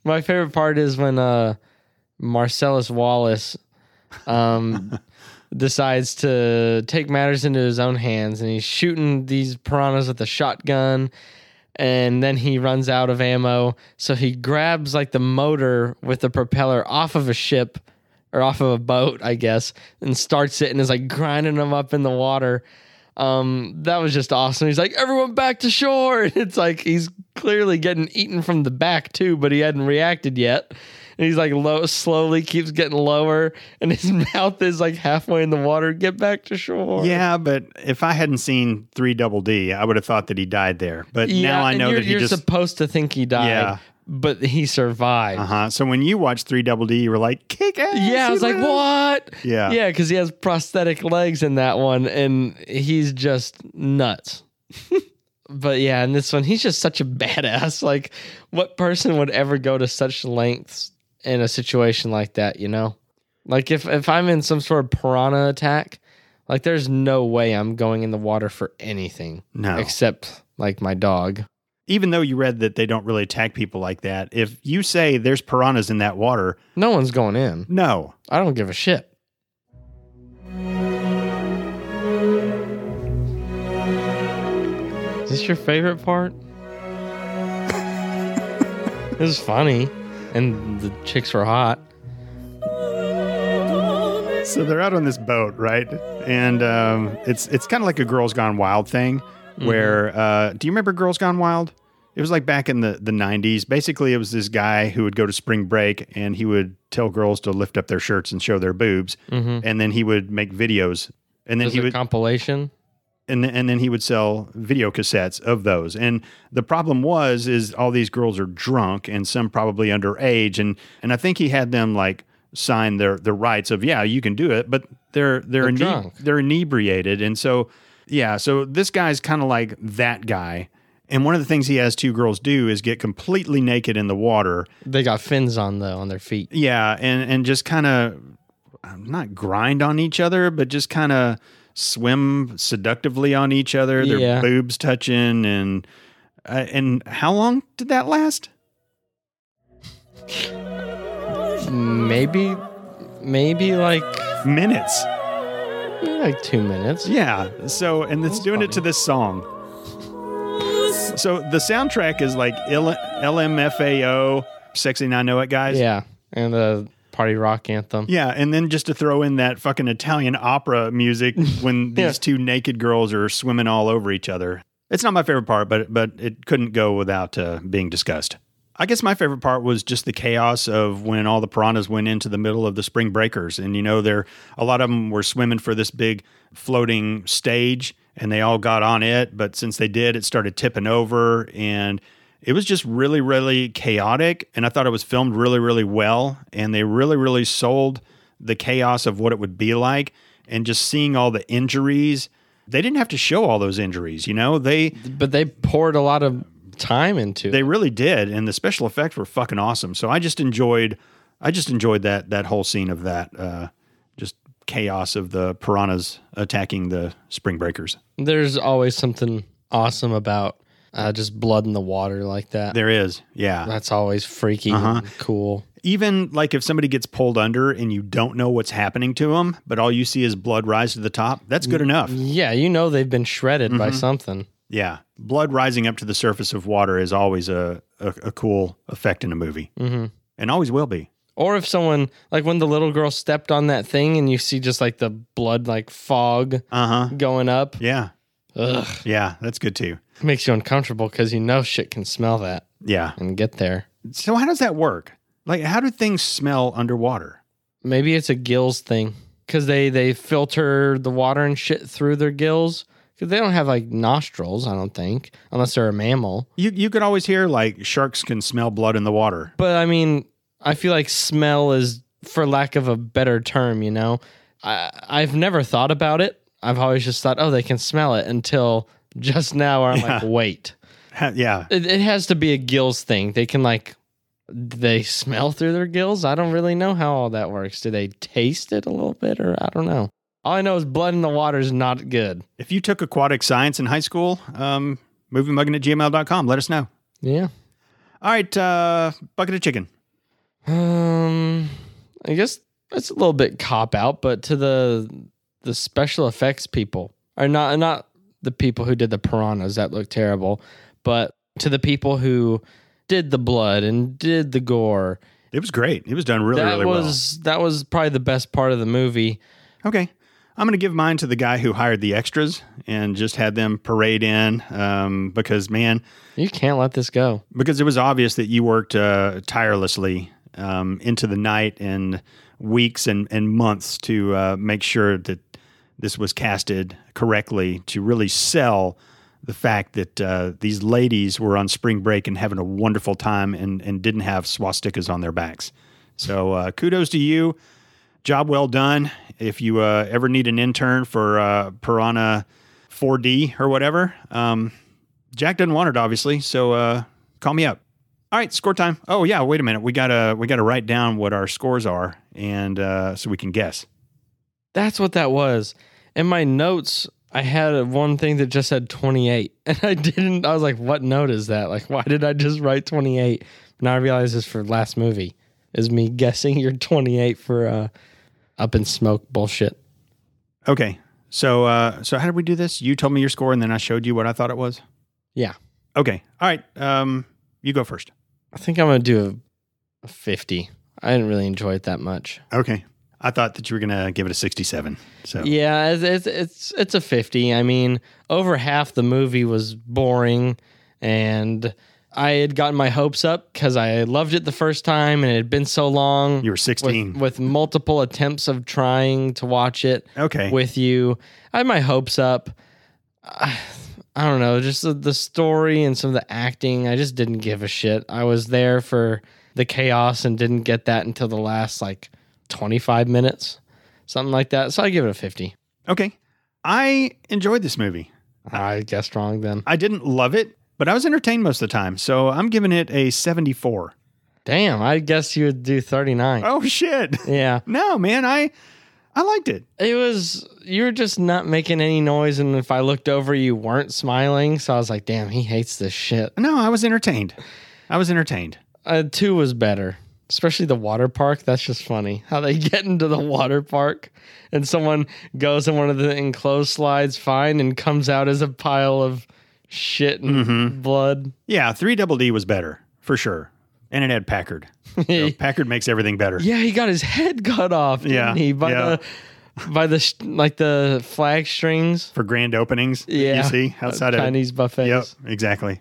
Speaker 2: My favorite part is when uh Marcellus Wallace um decides to take matters into his own hands and he's shooting these piranhas with a shotgun and then he runs out of ammo so he grabs like the motor with the propeller off of a ship or off of a boat I guess and starts it and is like grinding them up in the water um that was just awesome he's like everyone back to shore and it's like he's clearly getting eaten from the back too but he hadn't reacted yet and he's like low slowly keeps getting lower and his mouth is like halfway in the water get back to shore
Speaker 1: Yeah, but if I hadn't seen Three Double D, I would have thought that he died there. But now I
Speaker 2: and
Speaker 1: know
Speaker 2: you're,
Speaker 1: that he
Speaker 2: you're
Speaker 1: just.
Speaker 2: supposed to think he died
Speaker 1: Yeah.
Speaker 2: but he survived
Speaker 1: uh huh. So when you watched Three Double D, you were like, "Kick ass!"
Speaker 2: yeah i
Speaker 1: he
Speaker 2: was like
Speaker 1: lived!"
Speaker 2: what
Speaker 1: Yeah.
Speaker 2: yeah because he has prosthetic legs in that one and he's just nuts but yeah in this one he's just such a badass like what person would ever go to such lengths in a situation like that you know like if if i'm in some sort of piranha attack like there's no way i'm going in the water for anything
Speaker 1: No.
Speaker 2: except like my dog
Speaker 1: Even though you read that they don't really attack people like that, if you say there's piranhas in that water,
Speaker 2: no one's going in
Speaker 1: no.
Speaker 2: I don't give a shit. Is this your favorite part? it was funny. And the chicks were hot.
Speaker 1: So they're out on this boat, right? And um, it's it's kind of like a Girls Gone Wild thing, where uh, do you remember Girls Gone Wild? It was like back in the the '90s. Basically, it was this guy who would go to spring break and he would tell girls to lift up their shirts and show their boobs,
Speaker 2: Mm-hmm.
Speaker 1: and then he would make videos, and then
Speaker 2: It was
Speaker 1: he
Speaker 2: a
Speaker 1: would
Speaker 2: compilation.
Speaker 1: and and then he would sell video cassettes of those. And the problem was is all these girls are drunk and some probably underage and and I think he had them like sign their their rights of yeah you can do it, but they're they're
Speaker 2: They're
Speaker 1: ine-
Speaker 2: drunk.
Speaker 1: they're inebriated, and so yeah, so this guy's kind of like that guy. And one of the things he has two girls do is get completely naked in the water
Speaker 2: They got fins on though on their feet.
Speaker 1: yeah and and just kind of not grind on each other but just kind of swim seductively on each other their
Speaker 2: Yeah.
Speaker 1: boobs touching and uh, and how long did that last
Speaker 2: Maybe, maybe like
Speaker 1: minutes
Speaker 2: maybe like two minutes.
Speaker 1: yeah so and it's doing it to this song so the soundtrack is like L- lmfao sexy and i know it guys
Speaker 2: Yeah, and the party rock anthem.
Speaker 1: Yeah, and then just to throw in that fucking Italian opera music when
Speaker 2: Yeah.
Speaker 1: these two naked girls are swimming all over each other. It's not my favorite part, but but it couldn't go without uh, being discussed. I guess my favorite part was just the chaos of when all the piranhas went into the middle of the spring breakers, and you know there a lot of them were swimming for this big floating stage, and they all got on it. But since they did, it started tipping over, and it was just really really chaotic and i thought it was filmed really really well and they really really sold the chaos of what it would be like and just seeing all the injuries they didn't have to show all those injuries you know they
Speaker 2: But they poured a lot of time into
Speaker 1: they
Speaker 2: it.
Speaker 1: really did and the special effects were fucking awesome so i just enjoyed i just enjoyed that that whole scene of that uh just chaos of the piranhas attacking the spring breakers
Speaker 2: There's always something awesome about uh, just blood in the water like that.
Speaker 1: there is yeah
Speaker 2: That's always freaky and cool.
Speaker 1: even like if somebody gets pulled under and you don't know what's happening to them, but all you see is blood rise to the top, that's good enough.
Speaker 2: Yeah, you know they've been shredded by something.
Speaker 1: Yeah. Blood rising up to the surface of water is always a, a, a cool effect in a movie
Speaker 2: Mm-hmm.
Speaker 1: and always will be.
Speaker 2: Or if someone like when the little girl stepped on that thing and you see just like the blood like fog
Speaker 1: Uh huh.
Speaker 2: going up.
Speaker 1: Yeah.
Speaker 2: Ugh,
Speaker 1: Yeah. That's good too.
Speaker 2: makes you uncomfortable because you know shit can smell that
Speaker 1: Yeah.
Speaker 2: and get there.
Speaker 1: So, how does that work? Like, how do things smell underwater?
Speaker 2: Maybe it's a gills thing because they they filter the water and shit through their gills because they don't have like nostrils. I don't think unless they're a mammal.
Speaker 1: You, you could always hear like sharks can smell blood in the water.
Speaker 2: But I mean, I feel like smell is, for lack of a better term, you know, I, I've never thought about it. I've always just thought, oh, they can smell it until just now where I'm like,
Speaker 1: Yeah.
Speaker 2: wait.
Speaker 1: yeah.
Speaker 2: It, it has to be a gills thing. They can, like, they smell through their gills. I don't really know how all that works. Do they taste it a little bit or I don't know? All I know is blood in the water is not good.
Speaker 1: If you took aquatic science in high school, um, moviemugging at gmail.com, let us know.
Speaker 2: Yeah.
Speaker 1: All right. Uh, bucket of chicken.
Speaker 2: Um, I guess that's a little bit cop out, but to the the special effects people, or not not the people who did the piranhas that looked terrible, but to the people who did the blood and did the gore,
Speaker 1: It was great. It was done really,
Speaker 2: that
Speaker 1: really
Speaker 2: was that was probably the best part of the movie.
Speaker 1: well. Okay. I'm going to give mine to the guy who hired the extras and just had them parade in um, because, man,
Speaker 2: You can't let this go.
Speaker 1: because it was obvious that you worked uh, tirelessly um, into the night and weeks and, and months to uh, make sure that this was casted correctly to really sell the fact that uh, these ladies were on spring break and having a wonderful time and, and didn't have swastikas on their backs. So uh, kudos to you. Job well done. If you uh, ever need an intern for uh, Piranha 4D or whatever, um, Jack doesn't want it, obviously. So uh, call me up. All right, score time. Oh yeah, wait a minute. We gotta we gotta write down what our scores are, and uh, so we can guess.
Speaker 2: That's what that was. In my notes, I had one thing that just said 28. And I didn't, I was like, what note is that? Like, why did I just write 28? Now I realize it's for last movie, is me guessing you're 28 for uh, up in smoke bullshit.
Speaker 1: Okay. So uh, so how did we do this? You told me your score, and then I showed you what I thought it was.
Speaker 2: Yeah.
Speaker 1: Okay. All right. Um, you go first.
Speaker 2: I think I'm going to do a, a 50. I didn't really enjoy it that much.
Speaker 1: Okay. I thought that you were gonna give it a sixty-seven. So
Speaker 2: Yeah, it's, it's it's it's a fifty. I mean, over half the movie was boring, and I had gotten my hopes up because I loved it the first time, and it had been so long.
Speaker 1: you were
Speaker 2: with,
Speaker 1: sixteen.
Speaker 2: with multiple attempts of trying to watch it
Speaker 1: okay.
Speaker 2: with you. I had my hopes up. I, I don't know, just the, the story and some of the acting. I just didn't give a shit. I was there for the chaos and didn't get that until the last like 25 minutes, something like that. So I give it a 50.
Speaker 1: Okay. I enjoyed this movie.
Speaker 2: I guessed wrong then.
Speaker 1: I didn't love it, but I was entertained most of the time. So I'm giving it a 74.
Speaker 2: Damn, I guess you would do 39.
Speaker 1: Oh, shit.
Speaker 2: Yeah.
Speaker 1: No, man. I I liked it.
Speaker 2: It was, you were just not making any noise. And if I looked over, you weren't smiling. So I was like, damn, he hates this shit.
Speaker 1: No, I was entertained. I was entertained.
Speaker 2: Uh, two was better, especially the water park. That's just funny how they get into the water park and someone goes in one of the enclosed slides fine and comes out as a pile of shit and
Speaker 1: Mm-hmm.
Speaker 2: blood.
Speaker 1: Yeah, 3 Double D was better for sure. And it had Packard. So Packard makes everything better.
Speaker 2: Yeah, he got his head cut off. Didn't
Speaker 1: Yeah,
Speaker 2: he by
Speaker 1: yeah.
Speaker 2: the by the sh- like the flag strings.
Speaker 1: For grand openings, that
Speaker 2: Yeah,
Speaker 1: you see
Speaker 2: uh,
Speaker 1: outside of
Speaker 2: Chinese buffets.
Speaker 1: Yep, exactly.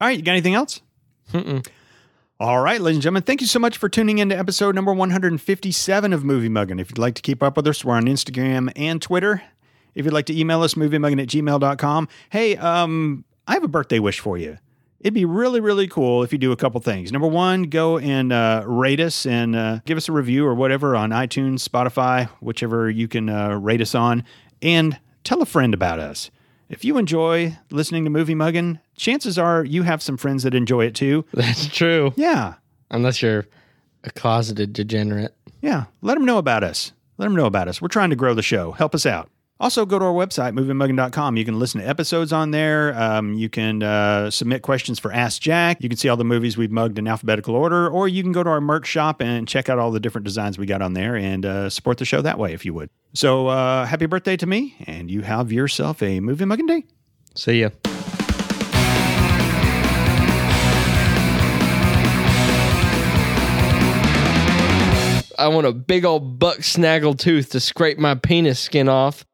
Speaker 1: All right, you got anything else? All right, ladies and gentlemen, thank you so much for tuning in to episode number 157 of Movie Muggin. If you'd like to keep up with us, we're on Instagram and Twitter. If you'd like to email us, moviemuggin at gmail.com. Hey, um, I have a birthday wish for you. It'd be really, really cool if you do a couple things. Number one, go and uh, rate us and uh, give us a review or whatever on iTunes, Spotify, whichever you can uh, rate us on, and tell a friend about us. If you enjoy listening to Movie Muggin, chances are you have some friends that enjoy it too.
Speaker 2: That's true.
Speaker 1: Yeah,
Speaker 2: Unless you're a closeted degenerate.
Speaker 1: yeah. Let them know about us. Let them know about us. We're trying to grow the show. Help us out. Also, go to our website, moviemuggin.com. You can listen to episodes on there. Um, you can uh, submit questions for Ask Jack. You can see all the movies we've mugged in alphabetical order, or you can go to our merch shop and check out all the different designs we got on there and uh, support the show that way if you would. So, uh, happy birthday to me, and you have yourself a movie mugging day.
Speaker 2: See ya. I want a big old buck snaggle tooth to scrape my penis skin off